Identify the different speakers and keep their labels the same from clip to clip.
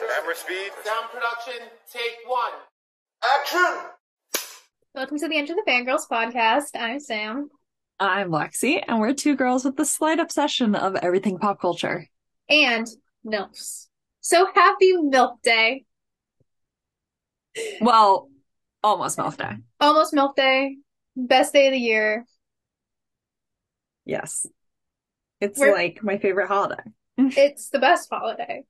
Speaker 1: Camera speed.
Speaker 2: Sound production, take one.
Speaker 1: Action.
Speaker 3: Welcome to the Enter the Fangirls podcast. I'm Sam.
Speaker 4: I'm Lexi, and we're two girls with the slight obsession of everything pop culture.
Speaker 3: And MILFs. So happy MILF Day.
Speaker 4: Well, almost MILF Day.
Speaker 3: Almost MILF Day. Best day of the year.
Speaker 4: Yes. It's
Speaker 3: We're-
Speaker 4: like my favorite holiday.
Speaker 3: It's the best holiday.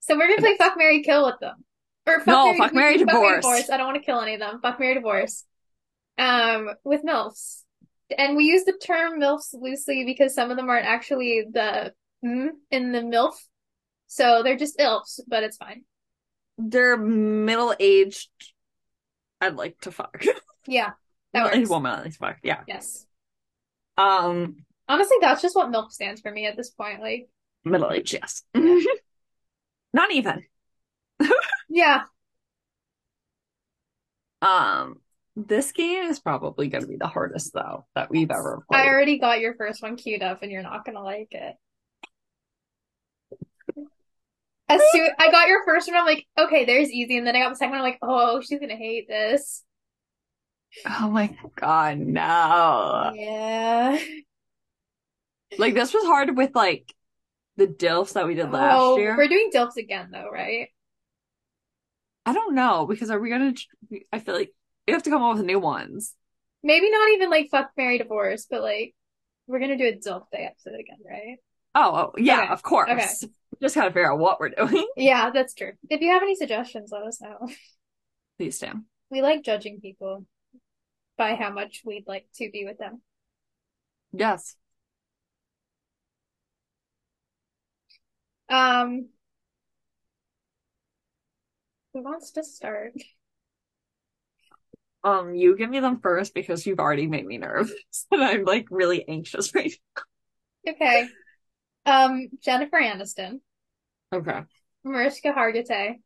Speaker 3: So we're going to play Fuck, Mary Kill with them. Or Fuck,
Speaker 4: No,
Speaker 3: Marry-
Speaker 4: Fuck,
Speaker 3: we can
Speaker 4: Marry,
Speaker 3: Fuck, Marry,
Speaker 4: Divorce.
Speaker 3: I don't want to kill any of them. Fuck, Mary Divorce. Um, with MILFs. And we use the term MILFs loosely because some of them aren't actually the mm in the MILF. So they're just ILFs, but it's fine.
Speaker 4: They're middle aged. I'd like to fuck.
Speaker 3: Yeah, that
Speaker 4: Middle-aged
Speaker 3: works.
Speaker 4: woman, I'd like to fuck. Yeah.
Speaker 3: Yes.
Speaker 4: Um,
Speaker 3: Honestly, that's just what milk stands for me at this point. Like,
Speaker 4: middle aged, yes. Not even.
Speaker 3: yeah,
Speaker 4: Um, this game is probably going to be the hardest, though, that we've ever
Speaker 3: I
Speaker 4: played.
Speaker 3: already got your first one queued up and you're not gonna like it. As soon I got your first one, I'm like, okay, there's easy. And then I got the second one, I'm like, oh, she's gonna hate this.
Speaker 4: Oh my God, no.
Speaker 3: Yeah.
Speaker 4: Like, this was hard with, like, the DILFs that we did last
Speaker 3: Oh,
Speaker 4: year.
Speaker 3: we're doing dilfs again though, right?
Speaker 4: I don't know because are we gonna? I feel like we have to come up with new ones.
Speaker 3: Maybe not even like fuck, marry, divorce, but like we're gonna do a dilf day episode again, right?
Speaker 4: Oh, oh yeah,
Speaker 3: Okay,
Speaker 4: of course.
Speaker 3: okay.
Speaker 4: We just gotta figure out what we're doing.
Speaker 3: Yeah, that's true. If you have any suggestions, let us know.
Speaker 4: Please, Sam.
Speaker 3: We like judging people by how much we'd like to be with them.
Speaker 4: Yes.
Speaker 3: Um, who wants to start?
Speaker 4: Um, you give me them first because you've already made me nervous, and I'm like really anxious right
Speaker 3: Okay. Um, Jennifer Aniston,
Speaker 4: now. Okay.
Speaker 3: Mariska Hargitay,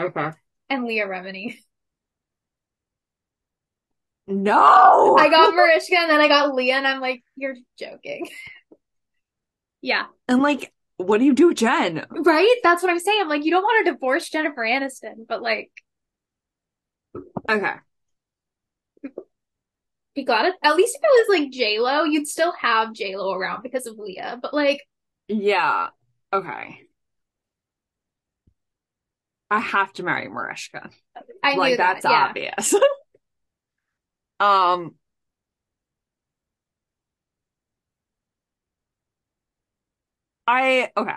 Speaker 4: Okay.
Speaker 3: and Leah Remini.
Speaker 4: No,
Speaker 3: I got Mariska and then I got Leah, and I'm like, you're joking. Yeah.
Speaker 4: and like, what do you do, Jen?
Speaker 3: Right? That's what I'm saying. I'm like, you don't want to divorce Jennifer Aniston, but like,
Speaker 4: Okay.
Speaker 3: you gotta, at least if it was like J-Lo, you'd still have J-Lo around because of Leah, but like,
Speaker 4: Yeah. Okay. I have to marry Mariska.
Speaker 3: I knew
Speaker 4: like
Speaker 3: that.
Speaker 4: that's
Speaker 3: Yeah.
Speaker 4: obvious. um I okay.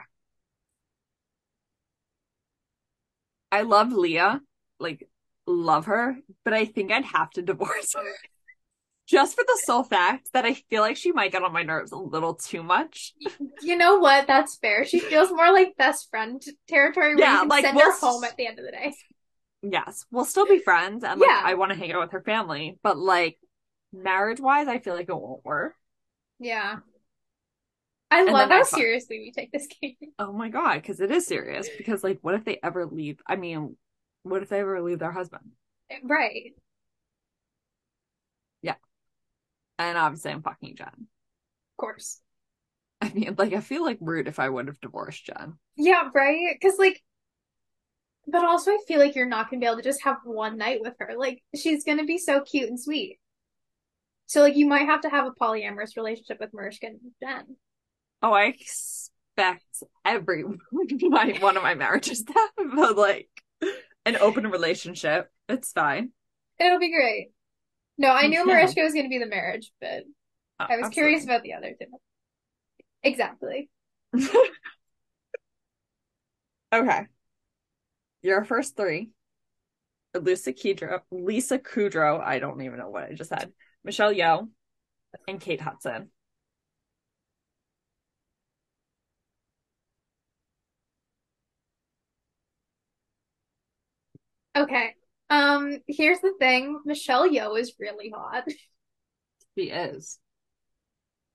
Speaker 4: I love Leah, like love her, but I think I'd have to divorce her. Just for the sole fact that I feel like she might get on my nerves a little too much.
Speaker 3: You know what? That's fair. She feels more like best friend territory where you
Speaker 4: Yeah,
Speaker 3: can
Speaker 4: like,
Speaker 3: send
Speaker 4: we'll
Speaker 3: her
Speaker 4: s-
Speaker 3: home at the end of the day.
Speaker 4: Yes, we'll still be friends and like
Speaker 3: Yeah.
Speaker 4: I want to hang out with her family, but like marriage-wise, I feel like it won't work.
Speaker 3: Yeah. I
Speaker 4: And
Speaker 3: love
Speaker 4: then
Speaker 3: how
Speaker 4: I fuck.
Speaker 3: seriously we take this game.
Speaker 4: Oh my God, because it is serious. Because, like, what if they ever leave? I mean, what if they ever leave their husband?
Speaker 3: Right.
Speaker 4: And obviously, I'm fucking Jen.
Speaker 3: Of course.
Speaker 4: I mean, like, I feel like rude if I would have divorced Jen.
Speaker 3: Yeah, right? Because, like, but also I feel like you're not going to be able to just have one night with her. Like, she's going to be so cute and sweet. So, like, you might have to have a polyamorous relationship with Mariska and Jen.
Speaker 4: Oh, I expect every my one of my marriages to have like an open relationship. It's fine.
Speaker 3: It'll be great. No, I knew
Speaker 4: Yeah.
Speaker 3: Mariska was going to be the marriage, but.
Speaker 4: Oh,
Speaker 3: I was curious about the other two. Exactly.
Speaker 4: absolutely. Okay, your first three: Lisa Kudrow. Lisa Kudrow. I don't even know what I just said. Michelle Yeoh and Kate Hudson.
Speaker 3: Okay. Um, here's the thing. Michelle Yeoh is really hot.
Speaker 4: She is.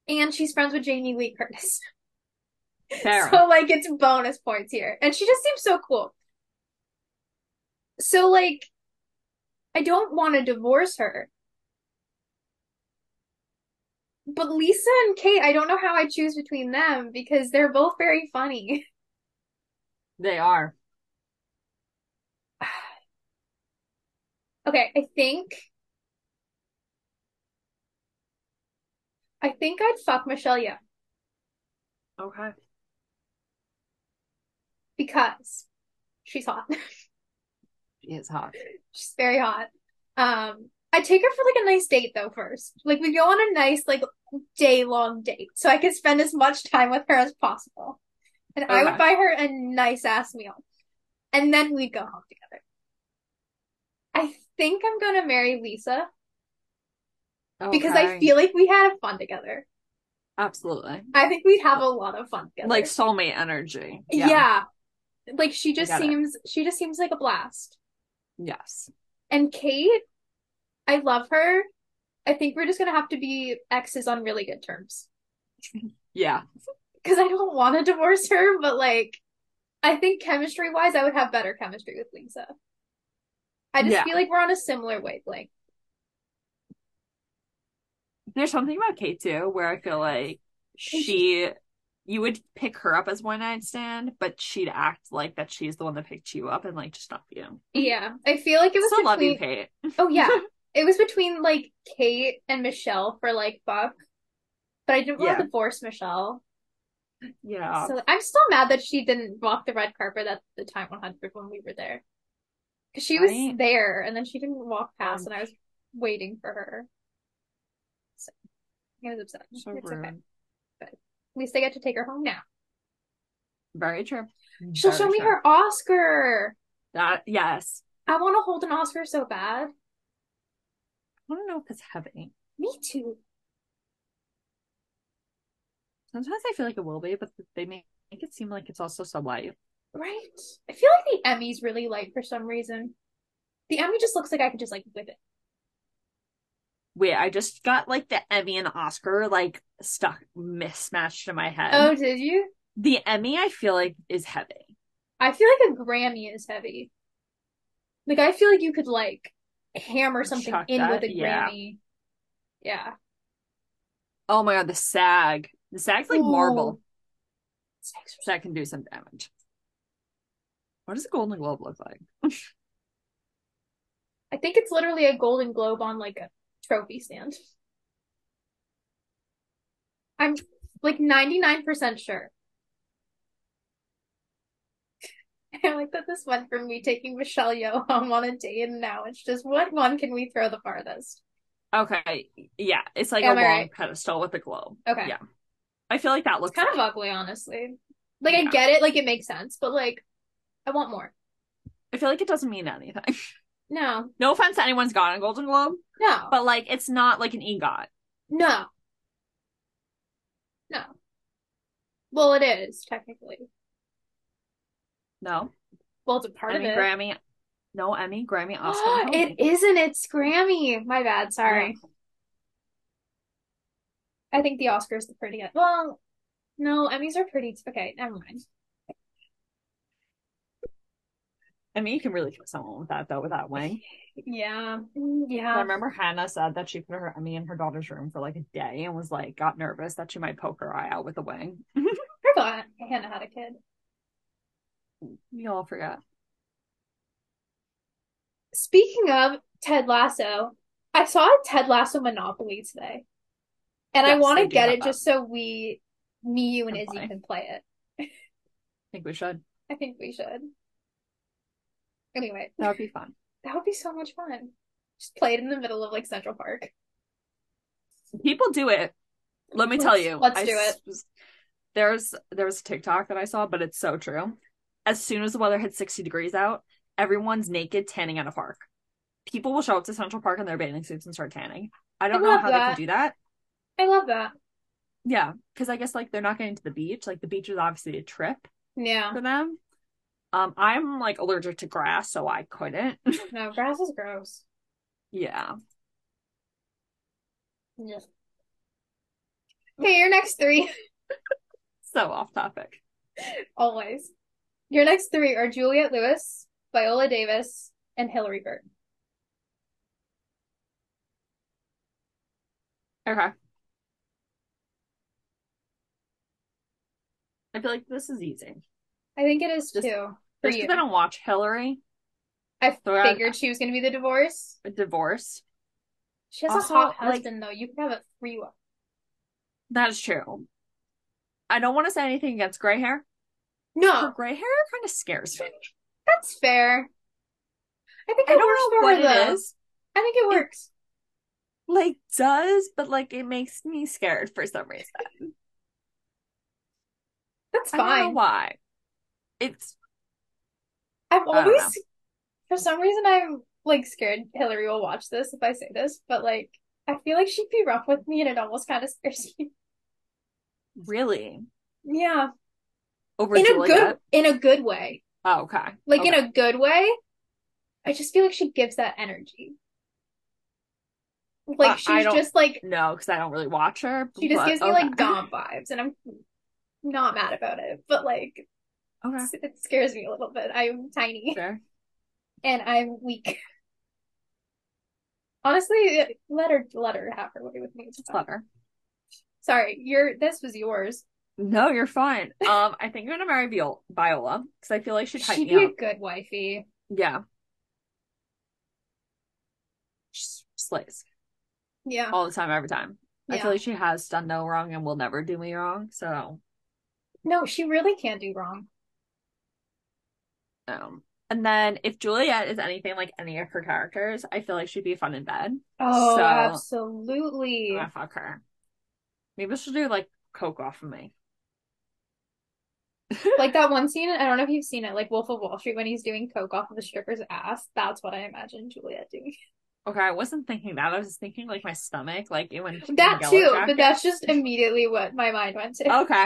Speaker 3: And she's friends with Jamie Lee Curtis.
Speaker 4: Sarah.
Speaker 3: So like it's bonus points here. And she just seems so cool. So like I don't want to divorce her. But Lisa and Kate, I don't know how I choose between them because they're both very funny.
Speaker 4: They are.
Speaker 3: Okay, I think I think I'd fuck Michelle Yeoh
Speaker 4: Okay.
Speaker 3: because she's hot.
Speaker 4: She is hot.
Speaker 3: She's very hot. Um, I'd take her for like a nice date though first. Like we go on a nice like day long date so I could spend as much time with her as possible. And I would
Speaker 4: Okay.
Speaker 3: buy her a nice ass meal. And then we'd go home together. I think I'm gonna marry Lisa because I
Speaker 4: Okay.
Speaker 3: feel like we had fun together.
Speaker 4: absolutely
Speaker 3: I think we'd have a lot of fun together.
Speaker 4: like soulmate energy.
Speaker 3: yeah. Like she just
Speaker 4: got it.
Speaker 3: seems she just seems like a blast.
Speaker 4: Yes.
Speaker 3: And Kate, I love her. I think we're just gonna have to be exes on really good terms.
Speaker 4: Yeah.
Speaker 3: Because I don't want to divorce her, but like I think chemistry wise, I would have better chemistry with Lisa. I just
Speaker 4: Yeah.
Speaker 3: feel like we're on a similar wavelength.
Speaker 4: There's something about Kate too where I feel like she you would pick her up as one night stand, but she'd act like that she's the one that picked you up and like just not you.
Speaker 3: Yeah. I feel like it was
Speaker 4: Still Mm-hmm. love you,
Speaker 3: between
Speaker 4: Kate.
Speaker 3: Oh yeah. It was between like Kate and Michelle for like fuck. But I didn't want to
Speaker 4: Yeah.
Speaker 3: divorce Michelle.
Speaker 4: Yeah.
Speaker 3: So I'm still mad that she didn't walk the red carpet at the Time 100 when we were there. Because she was
Speaker 4: Right.
Speaker 3: there and then she didn't walk past,
Speaker 4: Um,
Speaker 3: and I was waiting for her. So I was upset.
Speaker 4: So
Speaker 3: it's
Speaker 4: rude.
Speaker 3: okay. At least I get to take her home now.
Speaker 4: Very true.
Speaker 3: She'll
Speaker 4: Very
Speaker 3: show me
Speaker 4: true.
Speaker 3: her Oscar.
Speaker 4: That yes.
Speaker 3: I want to hold an Oscar so bad.
Speaker 4: I don't know if it's heavy.
Speaker 3: Me too.
Speaker 4: Sometimes I feel like it will be, but they make make it seem like it's also so light.
Speaker 3: Right? I feel like the Emmy's really light for some reason. The Emmy just looks like I could just like whip it.
Speaker 4: Wait, I just got like the Emmy and Oscar like stuck mismatched in my head.
Speaker 3: Oh, did you?
Speaker 4: The Emmy, I feel like, is heavy.
Speaker 3: I feel like a Grammy is heavy. Like I feel like you could like hammer something
Speaker 4: Chuck
Speaker 3: in with
Speaker 4: that,
Speaker 3: a
Speaker 4: yeah.
Speaker 3: Grammy. Yeah.
Speaker 4: Oh my god, the SAG. The SAG's like marble.
Speaker 3: Ooh. Sex-
Speaker 4: SAG can do some damage. What does a Golden Globe look like?
Speaker 3: I think it's literally a Golden Globe on like a trophy stand. I'm like 99% sure. I like that this went from me taking Michelle Yeoh home on a date and now it's just what one can we throw the farthest?
Speaker 4: Okay, yeah, it's like a
Speaker 3: Am I
Speaker 4: long
Speaker 3: right?
Speaker 4: pedestal with a globe.
Speaker 3: Okay.
Speaker 4: Yeah. I feel like that
Speaker 3: It's
Speaker 4: looks
Speaker 3: kind of ugly, honestly. Like I
Speaker 4: Yeah.
Speaker 3: get it, like it makes sense, but like I want more.
Speaker 4: I feel like it doesn't mean anything.
Speaker 3: No,
Speaker 4: No offense to anyone's got a Golden Globe,
Speaker 3: no,
Speaker 4: but like it's not like an EGOT.
Speaker 3: no, no. Well, it is technically.
Speaker 4: No.
Speaker 3: Well, it's a part of
Speaker 4: Emmy,
Speaker 3: it.
Speaker 4: Grammy. No Emmy, Grammy, Oscar. and Tony.
Speaker 3: it isn't. It's Grammy. My bad. Sorry. I think the Oscars the prettiest. Well, no, Emmys are pretty. t- Okay, never mind.
Speaker 4: I mean, you can really kill someone with that though, with that wing.
Speaker 3: Yeah, Mm,
Speaker 4: I
Speaker 3: yeah.
Speaker 4: remember Hannah said that she put her Emmy in her daughter's room for like a day and was like got nervous that she might poke her eye out with a wing.
Speaker 3: I forgot Hannah had a kid.
Speaker 4: We all forgot.
Speaker 3: Speaking of Ted Lasso, I saw a Ted Lasso Monopoly today, and I
Speaker 4: Yes,
Speaker 3: want
Speaker 4: I
Speaker 3: to
Speaker 4: do
Speaker 3: get
Speaker 4: have
Speaker 3: it just so we, me, you, and
Speaker 4: Can
Speaker 3: Izzy
Speaker 4: play.
Speaker 3: can play it.
Speaker 4: I think we should.
Speaker 3: I think we should. Anyway,
Speaker 4: That would be fun.
Speaker 3: that would be so much fun. Just play it in the middle of like Central Park.
Speaker 4: People do it. Let me
Speaker 3: Let's-
Speaker 4: tell you.
Speaker 3: let's
Speaker 4: I
Speaker 3: do it.
Speaker 4: s- There's there was a TikTok that I saw, but it's so true. As soon as the weather hits 60 degrees out, everyone's naked tanning at a park. People will show up to Central Park in their bathing suits and start tanning. I don't know
Speaker 3: love
Speaker 4: how they
Speaker 3: that.
Speaker 4: can do that.
Speaker 3: I love that.
Speaker 4: Yeah, because I guess like they're not getting to the beach. Like the beach is obviously a trip
Speaker 3: Yeah.
Speaker 4: for them. Um, I'm like allergic to grass, so I couldn't.
Speaker 3: No, grass is gross.
Speaker 4: yeah.
Speaker 3: Yeah. Okay, your next three,
Speaker 4: So off topic.
Speaker 3: always. Your next three are Juliette Lewis, Viola Davis, and Hillary Burton.
Speaker 4: Okay. I feel like this is easy.
Speaker 3: I think it is
Speaker 4: Just-
Speaker 3: too. For
Speaker 4: Just
Speaker 3: you.
Speaker 4: because I don't watch Hillary.
Speaker 3: I
Speaker 4: So I-
Speaker 3: figured she was going to be the divorce.
Speaker 4: Divorce.
Speaker 3: She has
Speaker 4: Also,
Speaker 3: a hot
Speaker 4: like-
Speaker 3: husband, though. You could have a free one.
Speaker 4: That's true. I don't want to say anything against gray hair. Her
Speaker 3: No,
Speaker 4: gray hair kind of scares me.
Speaker 3: that's fair. I think
Speaker 4: I
Speaker 3: it
Speaker 4: don't
Speaker 3: works
Speaker 4: know
Speaker 3: for
Speaker 4: what
Speaker 3: her, though.
Speaker 4: it is.
Speaker 3: I think it works.
Speaker 4: Like does, but like it makes me scared for some reason.
Speaker 3: That's
Speaker 4: I don't know
Speaker 3: fine.
Speaker 4: why. It's
Speaker 3: I've
Speaker 4: I don't know.
Speaker 3: always, for some reason, I'm like scared Hillary will watch this if I say this, but like, I feel like she'd be rough with me and it almost kind of scares me.
Speaker 4: really
Speaker 3: Yeah.
Speaker 4: over
Speaker 3: In a
Speaker 4: Juliet.
Speaker 3: good, in a good way.
Speaker 4: Oh, okay.
Speaker 3: Like, in
Speaker 4: Okay.
Speaker 3: a good way. I just feel like she gives that energy. Like,
Speaker 4: I
Speaker 3: she's
Speaker 4: don't-
Speaker 3: just like,
Speaker 4: no, because I don't really watch her.
Speaker 3: she just
Speaker 4: but-
Speaker 3: gives me
Speaker 4: okay.
Speaker 3: like Dom vibes, and I'm not mad about it, but like,
Speaker 4: Okay,
Speaker 3: it's- it scares me a little bit. I'm tiny.
Speaker 4: fair.
Speaker 3: and I'm weak. Honestly, let her let her have her way with me. It's
Speaker 4: Just
Speaker 3: fine.
Speaker 4: love her.
Speaker 3: Sorry, your this was yours.
Speaker 4: No, you're fine. Um, I think I'm gonna marry Viol Viola because I feel like she'd hype
Speaker 3: She'd
Speaker 4: me
Speaker 3: be a
Speaker 4: up.
Speaker 3: good wifey.
Speaker 4: Yeah. She slays
Speaker 3: Yeah,
Speaker 4: all the time, every time. I
Speaker 3: yeah.
Speaker 4: feel like she has done no wrong and will never do me wrong. So,
Speaker 3: No, she really can't do wrong.
Speaker 4: um, and then if Juliet is anything like any of her characters, I feel like she'd be fun in bed.
Speaker 3: Oh,
Speaker 4: So-
Speaker 3: absolutely.
Speaker 4: Yeah. Fuck her. Maybe she'll do like coke off of me.
Speaker 3: Like that one scene, I don't know if you've seen it, like Wolf of Wall Street when he's doing coke off of the stripper's ass. That's what I imagine Juliet doing.
Speaker 4: Okay, I wasn't thinking that. I was just thinking like my stomach, like it went
Speaker 3: That too, but that's just immediately what my mind went to.
Speaker 4: okay.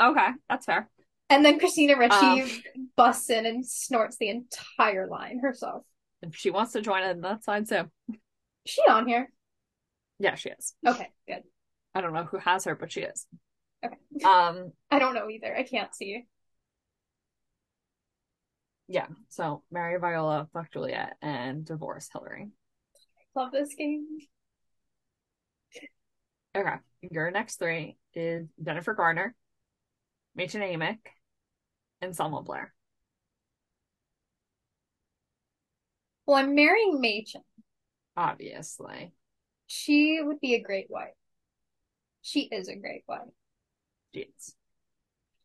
Speaker 4: Okay, that's fair.
Speaker 3: And then Christina Ricci
Speaker 4: Um,
Speaker 3: busts in and snorts the entire line herself.
Speaker 4: if she wants to join in, that's fine too.
Speaker 3: Is she on here?
Speaker 4: Yeah, she is.
Speaker 3: Okay, good.
Speaker 4: I don't know who has her, but she is.
Speaker 3: Okay.
Speaker 4: Um,
Speaker 3: I don't know either. I can't see.
Speaker 4: yeah. So marry Viola, fuck Juliet, and divorce Hillary.
Speaker 3: Love this game.
Speaker 4: Okay. Your next three is Jennifer Garner, Machen Amick, and Selma Blair.
Speaker 3: Well, I'm marrying Machen.
Speaker 4: Obviously.
Speaker 3: She would be a great wife. She is a great wife.
Speaker 4: Jeez.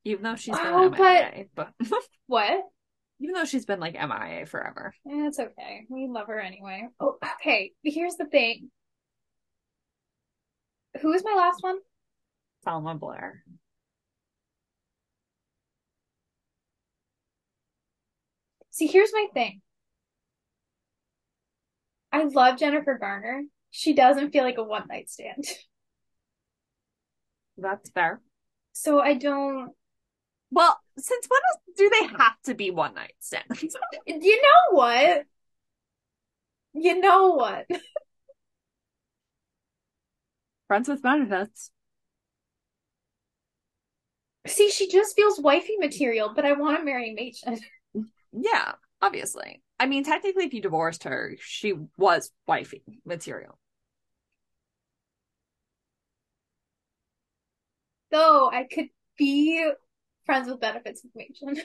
Speaker 4: Even though she's been
Speaker 3: Oh, but-
Speaker 4: MIA, but
Speaker 3: What?
Speaker 4: even though she's been like MIA forever.
Speaker 3: Eh, It's okay. We love her anyway. Oh, okay. Here's the thing. Who was my last one?
Speaker 4: Selma Blair.
Speaker 3: See, here's my thing. I love Jennifer Garner. She doesn't feel like a one night stand.
Speaker 4: That's fair.
Speaker 3: So I don't.
Speaker 4: Well, since when is- do they have to be one night stands?
Speaker 3: You know what? You know what?
Speaker 4: Friends with benefits.
Speaker 3: See, she just feels wifey material, but I want to marry Machen.
Speaker 4: Yeah, obviously. I mean, technically, if you divorced her, she was wifey material.
Speaker 3: Though I could be friends with benefits with Machen.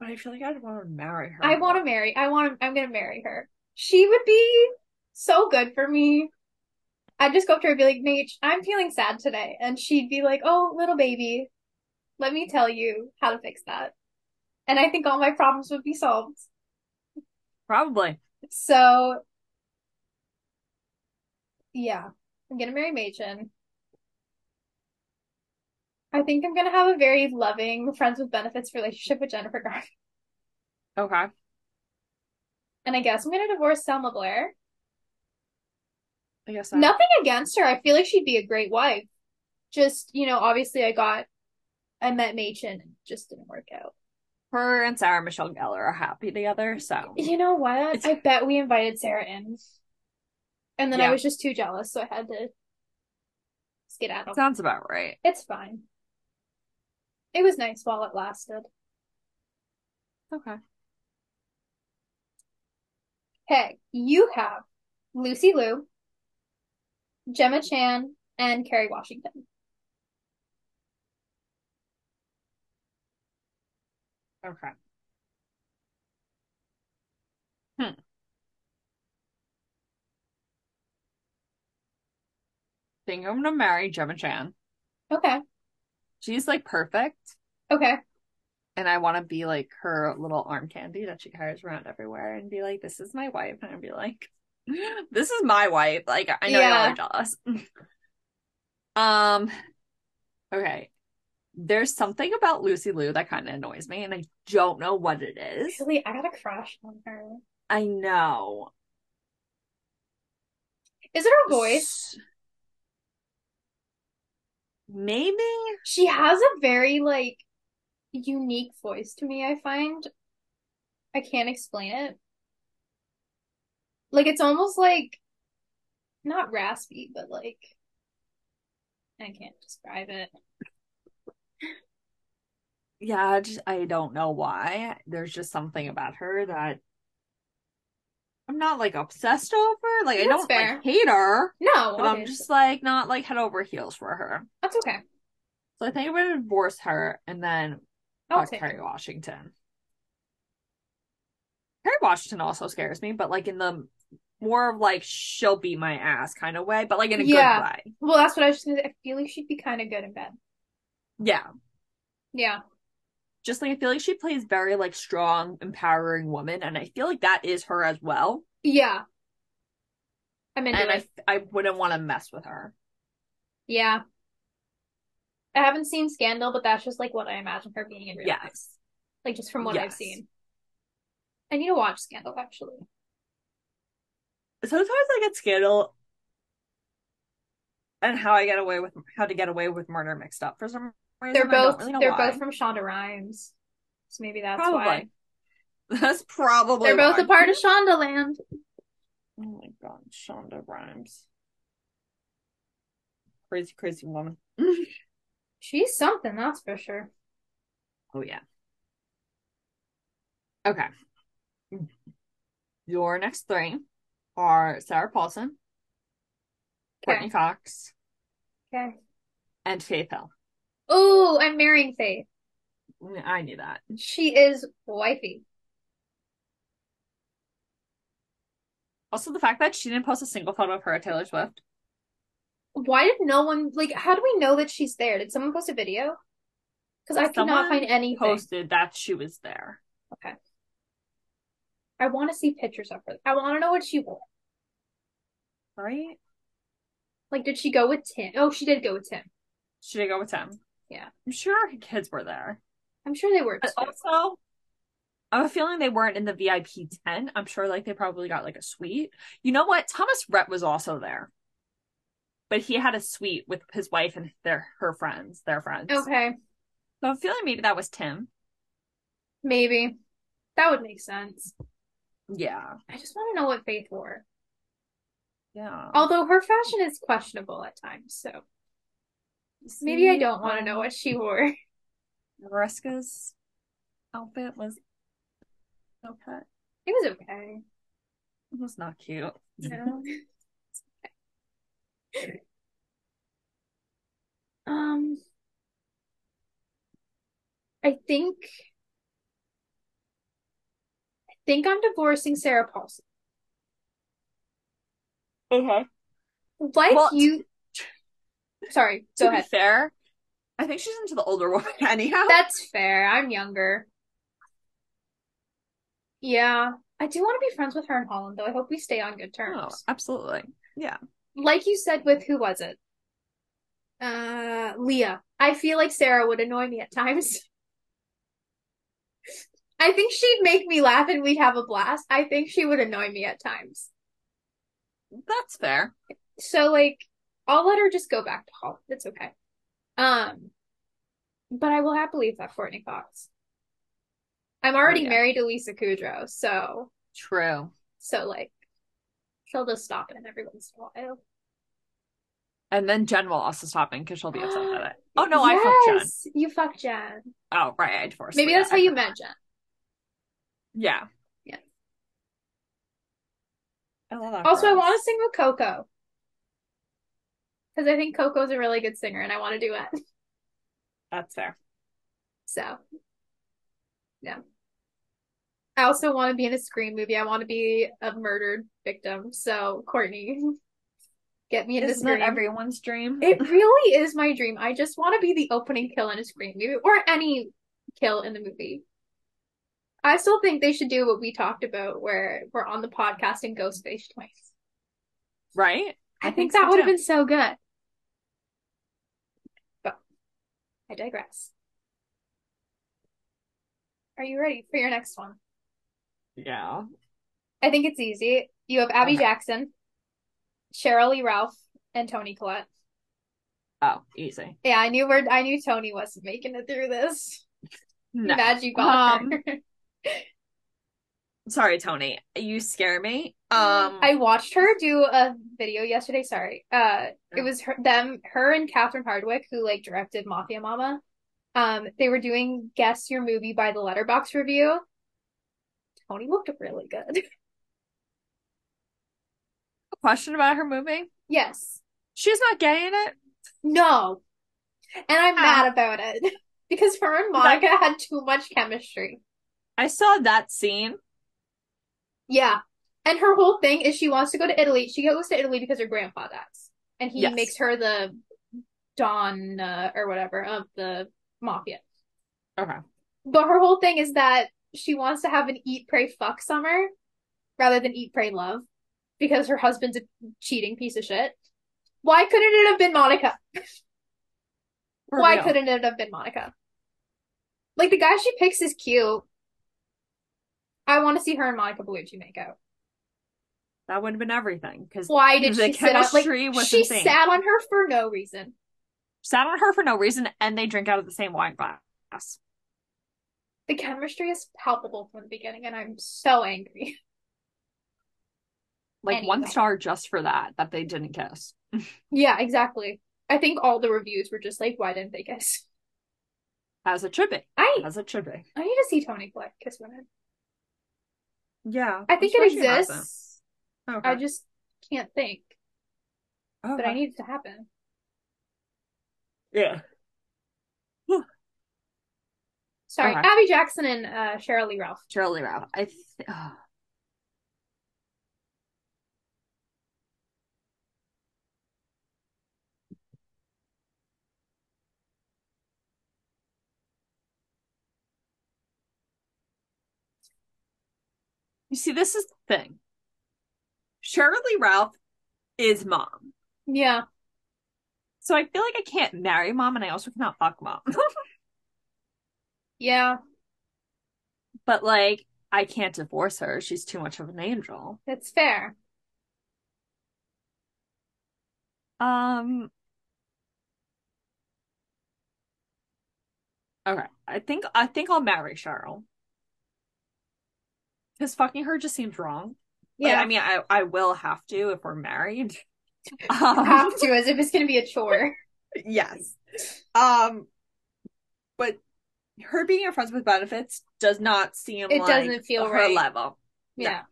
Speaker 4: But I feel like I'd want to marry her.
Speaker 3: I want to marry. I want to. I'm gonna marry her. She would be so good for me. I'd just go up to her and be like, Mach, I'm feeling sad today. And she'd be like, Oh, little baby, let me tell you how to fix that. And I think all my problems would be solved.
Speaker 4: Probably.
Speaker 3: So, yeah, I'm gonna marry Machen. I think I'm gonna have a very loving friends with benefits relationship with Jennifer Garner.
Speaker 4: Okay.
Speaker 3: And I guess I'm gonna divorce Selma Blair.
Speaker 4: I guess I.
Speaker 3: Nothing against her. I feel like she'd be a great wife. Just, you know, obviously I got, I met Machen and it just didn't work out.
Speaker 4: Her and Sarah Michelle Gellar are happy together, so.
Speaker 3: You know what?
Speaker 4: It's-
Speaker 3: I bet we invited Sarah in. And then I
Speaker 4: Yeah.
Speaker 3: was just too jealous, so I had to skedaddle.
Speaker 4: Sounds about right.
Speaker 3: It's fine. It was nice while it lasted.
Speaker 4: Okay.
Speaker 3: Hey, you have Lucy Liu, Gemma Chan, and Kerry Washington.
Speaker 4: Okay. Hmm. Think I'm gonna marry Gemma Chan.
Speaker 3: Okay.
Speaker 4: She's like perfect,
Speaker 3: Okay.
Speaker 4: and I want to be like her little arm candy that she carries around everywhere, and be like, "This is my wife," and I'd be like, "This is my wife." Like I know
Speaker 3: Yeah.
Speaker 4: y'all are jealous. um, okay. There's something about Lucy Liu that kind of annoys me, and I don't know what it is.
Speaker 3: Really, I got a crush on her.
Speaker 4: I know.
Speaker 3: Is it her voice?
Speaker 4: Maybe.
Speaker 3: She has a very like unique voice to me, I find. I can't explain it. Like it's almost like not raspy, but like I can't describe it.
Speaker 4: Yeah, I just I don't know why. There's just something about her that I'm not like obsessed over. Like I
Speaker 3: That's
Speaker 4: don't
Speaker 3: fair.
Speaker 4: like hate her,
Speaker 3: No,
Speaker 4: but I'm
Speaker 3: okay.
Speaker 4: just like not like head over heels for her.
Speaker 3: That's okay.
Speaker 4: So I think I'm gonna divorce her and then
Speaker 3: I'll
Speaker 4: fuck
Speaker 3: take
Speaker 4: Kerry Washington. Kerry Washington also scares me, but like in the more of like she'll beat my ass kind of way, but like in a
Speaker 3: Yeah.
Speaker 4: good way.
Speaker 3: it. Well, that's what I was just gonna say. I feel like she'd be kind of good in bed.
Speaker 4: Yeah.
Speaker 3: Yeah.
Speaker 4: just like I feel like she plays very like strong, empowering woman, and I feel like that is her as well.
Speaker 3: Yeah. I'm into
Speaker 4: And
Speaker 3: it.
Speaker 4: I I wouldn't want to mess with her.
Speaker 3: Yeah. I haven't seen Scandal, but that's just like what I imagine her being in real life.
Speaker 4: Yes,
Speaker 3: Like just from what I've
Speaker 4: Yes.
Speaker 3: seen. I need to watch Scandal actually.
Speaker 4: sometimes I get scandal and how I get away with how to get away with murder mixed up for some reason.
Speaker 3: They're
Speaker 4: I don't
Speaker 3: both
Speaker 4: really know
Speaker 3: they're
Speaker 4: why.
Speaker 3: both from Shonda Rhimes. So maybe that's
Speaker 4: probably.
Speaker 3: why.
Speaker 4: That's probably
Speaker 3: They're both
Speaker 4: why. Mm-hmm.
Speaker 3: a part of Shondaland.
Speaker 4: Oh my god, Shonda Rhimes, crazy, crazy woman.
Speaker 3: She's something, that's for sure.
Speaker 4: Oh yeah. Okay. Your next three are Sarah Paulson, Courtney
Speaker 3: Okay.
Speaker 4: Cox,
Speaker 3: Okay.
Speaker 4: and Faith Hill.
Speaker 3: Oh, I'm marrying Faith.
Speaker 4: I knew that.
Speaker 3: She is wifey.
Speaker 4: Also, the fact that she didn't post a single photo of her at Taylor Swift.
Speaker 3: Why did no one like how do we know that she's there? Did someone post a video? Because I could not
Speaker 4: Someone
Speaker 3: find anything.
Speaker 4: Posted that she was there.
Speaker 3: I want to see pictures of her. I want to know what she wore.
Speaker 4: Right?
Speaker 3: Like, did she go with Tim? Oh, she did go with Tim.
Speaker 4: Should I go with Tim?
Speaker 3: Yeah.
Speaker 4: I'm sure her kids were there.
Speaker 3: I'm sure they were
Speaker 4: But
Speaker 3: too.
Speaker 4: also, I have a feeling they weren't in the VIP tent. I'm sure like they probably got like a suite. You know what? Thomas Rhett was also there. But he had a suite with his wife and their her friends, their friends.
Speaker 3: Okay,
Speaker 4: So I'm feeling maybe that was Tim.
Speaker 3: maybe. That would make sense.
Speaker 4: Yeah.
Speaker 3: I just want to know what Faith wore.
Speaker 4: Yeah.
Speaker 3: Although her fashion is questionable at times, so maybe I don't want to know what she wore.
Speaker 4: Nebraska's outfit was okay.
Speaker 3: It was okay.
Speaker 4: It was not cute.
Speaker 3: You know? It's okay. Um, I think I think I'm divorcing Sarah Paulson.
Speaker 4: Okay.
Speaker 3: Like
Speaker 4: Well,
Speaker 3: you, sorry,
Speaker 4: To
Speaker 3: go
Speaker 4: be
Speaker 3: ahead.
Speaker 4: fair, I think she's into the older woman anyhow.
Speaker 3: That's fair. I'm younger. Yeah, I do want to be friends with her in Holland, though. I hope we stay on good
Speaker 4: Oh,
Speaker 3: terms.
Speaker 4: absolutely.
Speaker 3: Like you said, with who was it? Uh, Leah. I feel like Sarah would annoy me at times. I think she'd make me laugh and we'd have a blast. I think she would annoy me at times.
Speaker 4: That's fair.
Speaker 3: So like I'll let her just go back to Holland. It's okay. Um but I will happily accept Courtney Cox. I'm already
Speaker 4: yeah.
Speaker 3: married to Lisa Kudrow, so
Speaker 4: True.
Speaker 3: so like she'll just stop in every once in a while.
Speaker 4: And then Jen will also stop in because she'll be upset at it. Oh no, I fucked Jen.
Speaker 3: Yes, You fucked Jen.
Speaker 4: Oh right, I divorced.
Speaker 3: Maybe
Speaker 4: Leah.
Speaker 3: that's how
Speaker 4: I
Speaker 3: you
Speaker 4: forgot.
Speaker 3: met Jen.
Speaker 4: Yeah.
Speaker 3: Yeah.
Speaker 4: I love that.
Speaker 3: Also,
Speaker 4: for
Speaker 3: I
Speaker 4: us.
Speaker 3: want to sing with Coco. Because I think Coco's a really good singer and I want to do it.
Speaker 4: That's fair.
Speaker 3: So I also want to be in a scream movie. I want to be a murdered victim. So, Courtney, get me into
Speaker 4: Isn't
Speaker 3: Scream.
Speaker 4: that everyone's dream?
Speaker 3: It really is my dream. I just want to be the opening kill in a Scream movie or any kill in the movie. I still think they should do what we talked about where we're on the podcast and Ghostface twice.
Speaker 4: right?
Speaker 3: I,
Speaker 4: I
Speaker 3: think,
Speaker 4: think
Speaker 3: that
Speaker 4: so,
Speaker 3: would have
Speaker 4: too.
Speaker 3: been so good. But I digress. Are you ready for your next one?
Speaker 4: Yeah.
Speaker 3: I think it's easy. You have Abby
Speaker 4: Okay.
Speaker 3: Jackson, Cheryl Lee Ralph, and Tony Collette.
Speaker 4: Oh, easy.
Speaker 3: Yeah, I knew where I knew Tony wasn't making it through this.
Speaker 4: No.
Speaker 3: Glad you got her.
Speaker 4: Sorry, Tony. You scare me. Um
Speaker 3: Mm, I watched her do a video yesterday. Sorry, uh, it was her, them, her and Catherine Hardwick who like directed Mafia Mama. Um, they were doing guess your movie by the Letterbox review. Tony looked really good.
Speaker 4: question about her movie.
Speaker 3: yes,
Speaker 4: She's not gay in it.
Speaker 3: no, and I'm
Speaker 4: Ah.
Speaker 3: mad about it because her and Monica had too much chemistry.
Speaker 4: I saw that scene.
Speaker 3: Yeah, and her whole thing is she wants to go to Italy. She goes to Italy because her grandpa dies, and he
Speaker 4: Yes.
Speaker 3: makes her the Don uh, or whatever of the mafia.
Speaker 4: Okay.
Speaker 3: But her whole thing is that she wants to have an eat, pray, fuck summer rather than eat, pray, love because her husband's a cheating piece of shit. Why couldn't it have been Monica?
Speaker 4: For
Speaker 3: Why
Speaker 4: real.
Speaker 3: couldn't it have been Monica? Like, the guy she picks is cute. I want to see her and Monica Bellucci make out.
Speaker 4: that would have been everything? Because
Speaker 3: Why did
Speaker 4: The
Speaker 3: she sit on, like,
Speaker 4: chemistry was
Speaker 3: she
Speaker 4: insane.
Speaker 3: sat on her for no reason.
Speaker 4: sat on her for no reason and they drink out of the same wine glass.
Speaker 3: The chemistry is palpable from the beginning, and I'm so angry.
Speaker 4: Like one
Speaker 3: Anyway.
Speaker 4: star just for that, that they didn't kiss.
Speaker 3: Yeah, exactly. I think all the reviews were just like, why didn't they kiss?
Speaker 4: As it should be.
Speaker 3: I
Speaker 4: As it should be.
Speaker 3: I need to see Tony Collette kiss women.
Speaker 4: Yeah.
Speaker 3: I think
Speaker 4: I'm
Speaker 3: it
Speaker 4: sure Uh-huh. she hasn't. Oh,
Speaker 3: exists.
Speaker 4: Okay. Oh,
Speaker 3: I just can't think, but
Speaker 4: Okay.
Speaker 3: I need it to happen.
Speaker 4: Yeah.
Speaker 3: Sorry,
Speaker 4: Okay.
Speaker 3: Abby Jackson and uh, Cheryl Lee Ralph.
Speaker 4: Shirley Ralph. I th- oh. ugh. You see, this is the thing. Shirley Ralph is mom.
Speaker 3: Yeah,
Speaker 4: So I feel like I can't marry mom and I also cannot fuck mom.
Speaker 3: yeah,
Speaker 4: but like, I can't divorce her. She's too much of an angel.
Speaker 3: that's fair.
Speaker 4: Um. Okay, I think I think I'll marry Cheryl. Because fucking her just seems wrong. Like,
Speaker 3: Yeah,
Speaker 4: I mean, I I will have to if we're married.
Speaker 3: You
Speaker 4: Um,
Speaker 3: have to, as if it's gonna be a chore.
Speaker 4: yes. Um, but her being a friends with benefits does not seem
Speaker 3: It
Speaker 4: like
Speaker 3: doesn't feel
Speaker 4: her
Speaker 3: right.
Speaker 4: level.
Speaker 3: Yeah,
Speaker 4: Yeah.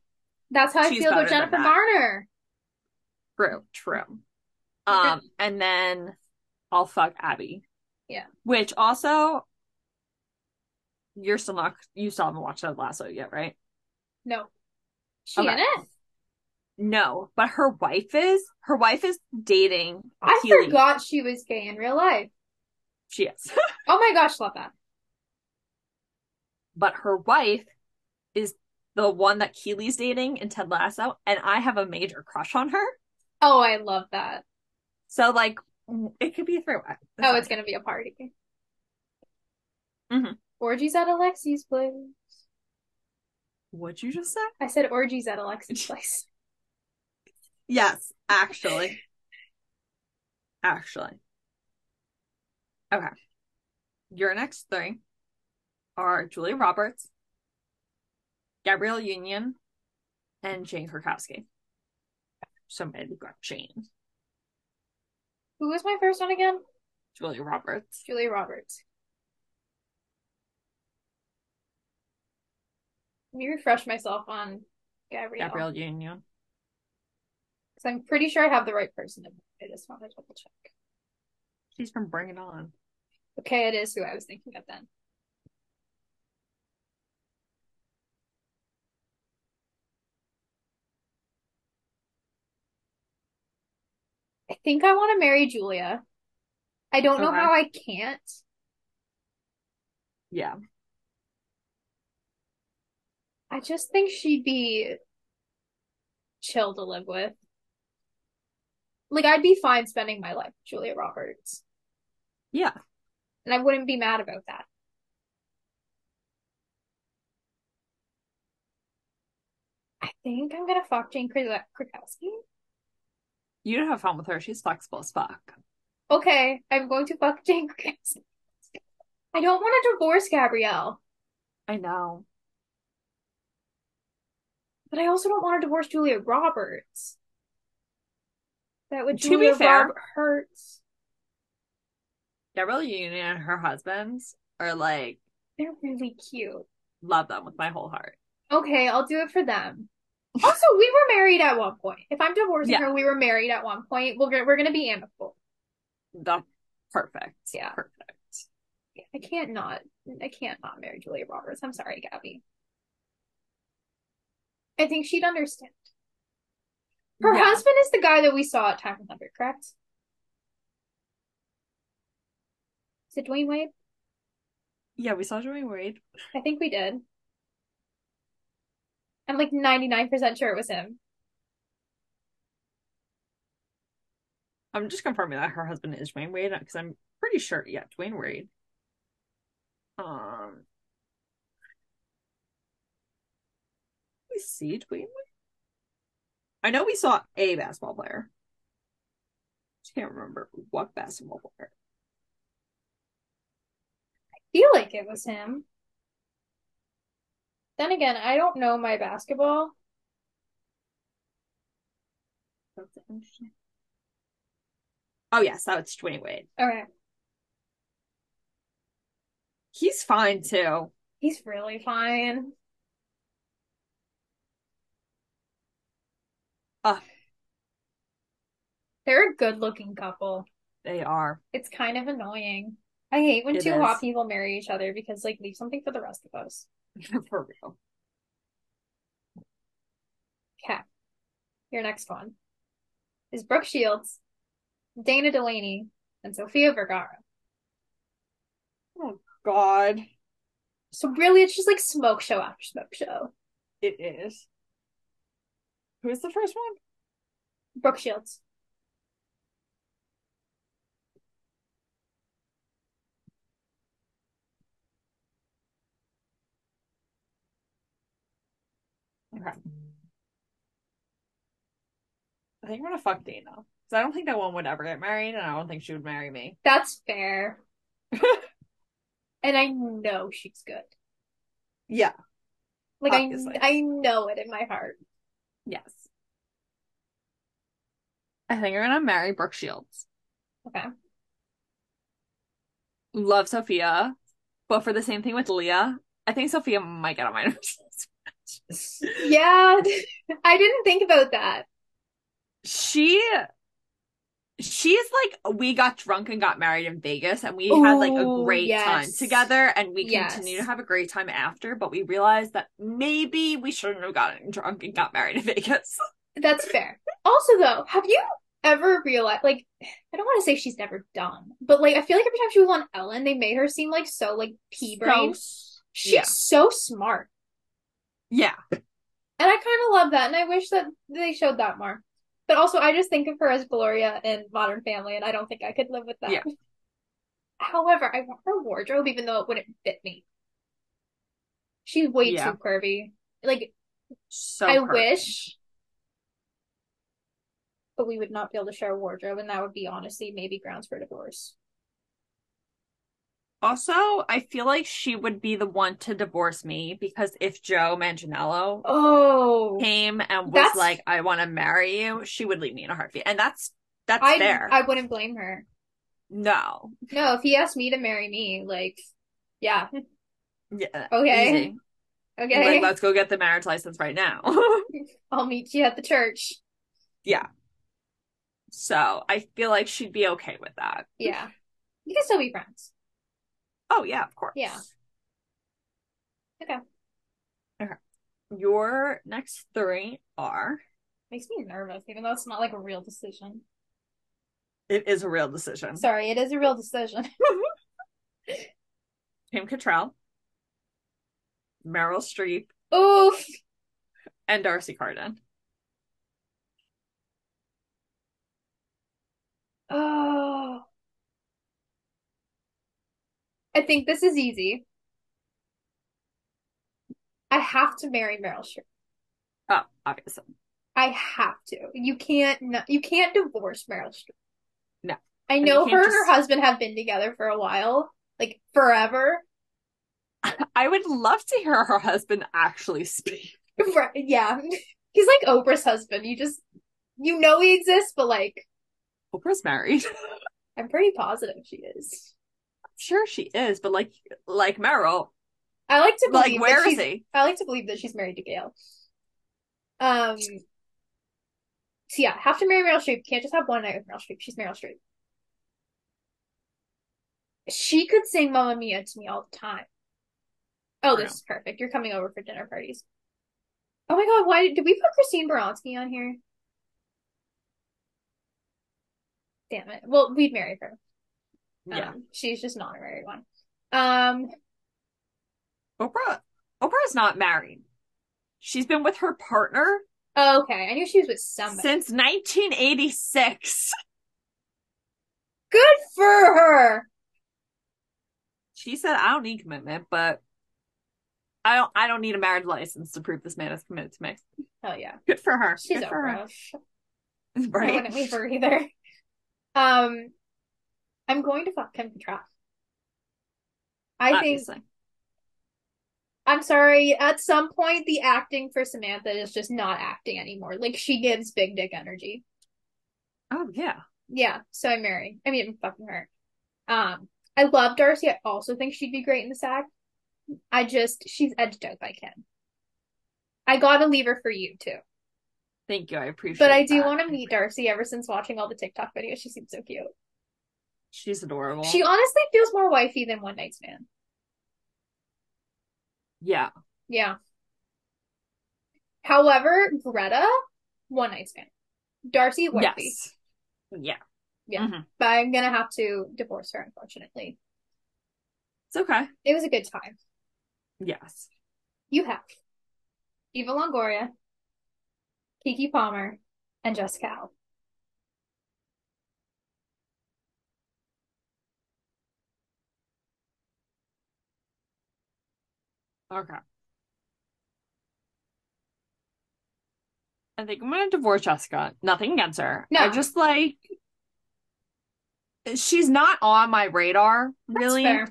Speaker 3: that's how I
Speaker 4: She's
Speaker 3: feel about
Speaker 4: better than
Speaker 3: Jennifer
Speaker 4: that.
Speaker 3: Garner.
Speaker 4: True, true.
Speaker 3: Okay.
Speaker 4: Um, and then I'll fuck Abby.
Speaker 3: Yeah.
Speaker 4: Which also, you're still not, you still haven't watched that lasso yet, right?
Speaker 3: No, she
Speaker 4: Okay.
Speaker 3: in it.
Speaker 4: No, but her wife is, her wife is dating
Speaker 3: I
Speaker 4: Keely.
Speaker 3: forgot she was gay in real life.
Speaker 4: She is.
Speaker 3: Oh my gosh, love that.
Speaker 4: but her wife is the one that Keely's dating in Ted Lasso, and I have a major crush on her.
Speaker 3: Oh, I love that.
Speaker 4: So, like, it could be a throwback.
Speaker 3: Oh, it's gonna be a party.
Speaker 4: Mhm.
Speaker 3: Orgies at Alexi's place.
Speaker 4: What'd you just say?
Speaker 3: I said orgies at Alexis' place.
Speaker 4: Yes, actually. actually. Okay. Your next three are Julia Roberts, Gabrielle Union, and Jane Krakowski. So maybe got Jane.
Speaker 3: Who was my first one again?
Speaker 4: Julia Roberts.
Speaker 3: Julia Roberts. Let me refresh myself on Gabrielle.
Speaker 4: Gabrielle Union.
Speaker 3: Because I'm pretty sure I have the right person. in mind. I just want to double check.
Speaker 4: She's from Bring It On.
Speaker 3: Okay, it is who I was thinking of then. think I want to marry Julia. I don't know
Speaker 4: Okay.
Speaker 3: how I can't.
Speaker 4: Yeah.
Speaker 3: I just think she'd be chill to live with. Like, I'd be fine spending my life with Julia Roberts,
Speaker 4: Yeah.
Speaker 3: and I wouldn't be mad about that. I think I'm gonna fuck Jane Krak- Krakowski.
Speaker 4: You don't have fun with her. She's flexible as fuck.
Speaker 3: Okay, I'm going to fuck Jane Krakowski. I don't want to divorce Gabrielle,
Speaker 4: I know.
Speaker 3: but I also don't want to divorce Julia Roberts. That would
Speaker 4: To be
Speaker 3: Julia
Speaker 4: fair-
Speaker 3: Rob hurts.
Speaker 4: Gabrielle Union and her husbands are like,
Speaker 3: They're really cute.
Speaker 4: love them with my whole heart.
Speaker 3: Okay, I'll do it for them. Also, we were married at one point. If I'm divorcing
Speaker 4: Yeah.
Speaker 3: her, we were married at one point. We're gonna, we're gonna be amicable.
Speaker 4: That's perfect.
Speaker 3: Yeah.
Speaker 4: Perfect.
Speaker 3: I can't not. I can't not marry Julia Roberts. I'm sorry, Gabby. I think she'd understand. Her
Speaker 4: Yeah.
Speaker 3: husband is the guy that we saw at Time and Thunder, correct? Is it Dwayne Wade?
Speaker 4: Yeah, we saw Joey Wade.
Speaker 3: I think we did. I'm like 99% sure it was him.
Speaker 4: I'm just confirming that her husband is Dwayne Wade because I'm pretty sure, yeah, Dwayne Wade. Um, we see Dwayne Wade. I know we saw a basketball player. Just can't remember what basketball player.
Speaker 3: feel like it was him. Then again, I don't know my basketball.
Speaker 4: That's interesting. Oh yes, that was Dwayne Wade.
Speaker 3: Okay.
Speaker 4: He's fine too.
Speaker 3: He's really fine.
Speaker 4: Ah.
Speaker 3: They're a good-looking couple.
Speaker 4: They are.
Speaker 3: It's kind of annoying. I hate when
Speaker 4: It
Speaker 3: two hot
Speaker 4: is.
Speaker 3: people marry each other because like leave something for the rest of us.
Speaker 4: For real.
Speaker 3: Okay. Your next one is Brooke Shields, Dana Delaney, and Sofia Vergara.
Speaker 4: God,
Speaker 3: So really, it's just like smoke show after smoke show.
Speaker 4: it is. Who's the first one?
Speaker 3: Brooke Shields.
Speaker 4: Okay. I think I'm gonna fuck Dana. Because I don't think that one would ever get married, and I don't think she would marry me.
Speaker 3: That's fair. And I know she's good.
Speaker 4: Yeah.
Speaker 3: Like I,
Speaker 4: Obviously.
Speaker 3: I know it in my heart.
Speaker 4: Yes. I think I'm gonna marry Brooke Shields.
Speaker 3: Okay.
Speaker 4: Love Sophia. But for the same thing with Leah, I think Sophia might get on my nerves.
Speaker 3: Yeah, I didn't think about that.
Speaker 4: She she's like we got drunk and got married in Vegas and we had like a
Speaker 3: Ooh,
Speaker 4: great time
Speaker 3: yes.
Speaker 4: together and we
Speaker 3: Yes.
Speaker 4: continue to have a great time after, but we realized that maybe we shouldn't have gotten drunk and got married in Vegas.
Speaker 3: That's fair. Also, though, have you ever realized, like, I don't want to say she's never done, but like, I feel like every time she was on Ellen, they made her seem like so like pea-brained.
Speaker 4: So-
Speaker 3: She's
Speaker 4: yeah.
Speaker 3: so smart,
Speaker 4: yeah.
Speaker 3: and I kind of love that, and I wish that they showed that more. But also, I just think of her as Gloria in Modern Family, and I don't think I could live with that.
Speaker 4: Yeah.
Speaker 3: However, I want her wardrobe, even though it wouldn't fit me. She's way
Speaker 4: Yeah.
Speaker 3: too curvy. Like,
Speaker 4: So
Speaker 3: I
Speaker 4: perfect.
Speaker 3: wish, but we would not be able to share a wardrobe, and that would be honestly maybe grounds for divorce.
Speaker 4: Also, I feel like she would be the one to divorce me because if Joe Manganiello
Speaker 3: Oh,
Speaker 4: came and was
Speaker 3: That's-
Speaker 4: like, "I want to marry you," she would leave me in a heartbeat, and that's that's
Speaker 3: I
Speaker 4: fair.
Speaker 3: I wouldn't blame her.
Speaker 4: no,
Speaker 3: No, if he asked me to marry me, like, yeah,
Speaker 4: yeah,
Speaker 3: Okay.
Speaker 4: easy.
Speaker 3: okay,
Speaker 4: Like, let's go get the marriage license right now.
Speaker 3: I'll meet you at the church.
Speaker 4: so I feel like she'd be okay with that.
Speaker 3: Yeah, you can still be friends.
Speaker 4: Oh yeah, of course.
Speaker 3: Yeah. Okay.
Speaker 4: Okay. Your next three are
Speaker 3: Makes me nervous, even though it's not like a real decision.
Speaker 4: It is a real decision.
Speaker 3: Sorry, it is a real decision.
Speaker 4: Kim Cattrall, Meryl Streep,
Speaker 3: Oof.
Speaker 4: and Darcy Carden.
Speaker 3: Oh. I think this is easy. I have to marry Meryl Streep.
Speaker 4: Oh, obviously.
Speaker 3: I have to. You can't not, you can't divorce Meryl Streep.
Speaker 4: No.
Speaker 3: I
Speaker 4: you
Speaker 3: know
Speaker 4: can't
Speaker 3: her and
Speaker 4: just-
Speaker 3: her husband have been together for a while, like forever.
Speaker 4: I would love to hear her husband actually speak.
Speaker 3: Right, yeah. He's like Oprah's husband. You just you know he exists, but like
Speaker 4: Oprah's married. I'm
Speaker 3: I'm pretty positive she is.
Speaker 4: sure she is, but like like Meryl,
Speaker 3: I like to believe
Speaker 4: like
Speaker 3: that
Speaker 4: where
Speaker 3: she's
Speaker 4: is he?
Speaker 3: I like to believe that she's married to Gail. Um, so yeah, have to marry Meryl Streep. Can't just have one night with Meryl Streep. She's Meryl Streep. She could sing Mamma Mia to me all the time. Oh,
Speaker 4: I
Speaker 3: this is perfect. You're coming over for dinner parties. Oh my God, why did, did we put Christine Baranski on here? Damn it. Well, we'd marry her.
Speaker 4: Yeah.
Speaker 3: Um, she's just an honorary one. Um,
Speaker 4: Oprah Oprah's not married. She's been with her partner
Speaker 3: okay. I knew she was with somebody.
Speaker 4: since 1986.
Speaker 3: Good for her.
Speaker 4: She said, "I don't need commitment, but I don't. I don't need a marriage license to prove this man is committed to me."
Speaker 3: Hell yeah.
Speaker 4: Good for her.
Speaker 3: She's
Speaker 4: Good for
Speaker 3: Oprah.
Speaker 4: her.
Speaker 3: I
Speaker 4: Right?
Speaker 3: wouldn't leave her either. Um, I'm going to fuck Kim Cattrall. I think
Speaker 4: Obviously.
Speaker 3: I'm sorry. At some point, the acting for Samantha is just not acting anymore. Like she gives big dick energy.
Speaker 4: Oh yeah.
Speaker 3: Yeah, so I'm marrying. I mean, I'm fucking her. Um, I love Darcy. I also think she'd be great in the sack. I just she's edged out by Kim. I gotta leave her for you too.
Speaker 4: Thank you. I appreciate.
Speaker 3: But I do
Speaker 4: that.
Speaker 3: want to meet Darcy ever since watching all the TikTok videos. She seems so cute.
Speaker 4: She's adorable.
Speaker 3: She honestly feels more wifey than One Night Stand.
Speaker 4: yeah.
Speaker 3: Yeah. However, Greta, one night stand. Darcy, wifey.
Speaker 4: Yes. Yeah.
Speaker 3: But I'm gonna have to divorce her, unfortunately.
Speaker 4: It's okay.
Speaker 3: It was a good time.
Speaker 4: Yes.
Speaker 3: You have Eva Longoria, Kiki Palmer, and Jessica Alba.
Speaker 4: Okay. I think I'm gonna divorce Jessica. Nothing against her.
Speaker 3: No.
Speaker 4: I just like she's not on my radar,
Speaker 3: That's
Speaker 4: really.
Speaker 3: fair.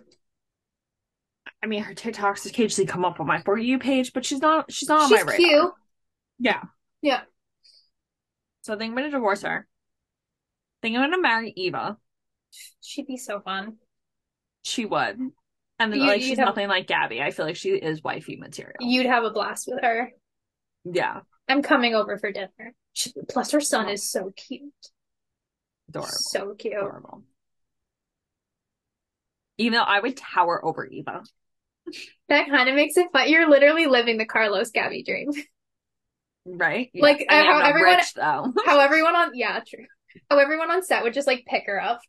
Speaker 4: I mean, her TikToks occasionally come up on my For You page, but she's not. She's not on
Speaker 3: She's
Speaker 4: my radar.
Speaker 3: cute.
Speaker 4: Yeah.
Speaker 3: Yeah.
Speaker 4: So I think I'm gonna divorce her. I think I'm gonna marry Eva.
Speaker 3: She'd be so fun.
Speaker 4: She would, and
Speaker 3: You-
Speaker 4: like
Speaker 3: you'd
Speaker 4: she's
Speaker 3: have-
Speaker 4: nothing like Gabby. I feel like she is wifey material.
Speaker 3: You'd have a blast with her.
Speaker 4: yeah,
Speaker 3: I'm coming over for dinner. She- plus, her son is so cute.
Speaker 4: adorable,
Speaker 3: So cute.
Speaker 4: adorable. Even though I would tower over Eva,
Speaker 3: That kind of makes it fun. You're literally living the Carlos Gabby dream.
Speaker 4: right?
Speaker 3: Like,
Speaker 4: I mean,
Speaker 3: how
Speaker 4: I'm not
Speaker 3: everyone-
Speaker 4: rich though.
Speaker 3: how everyone on yeah true how everyone on set would just like pick her up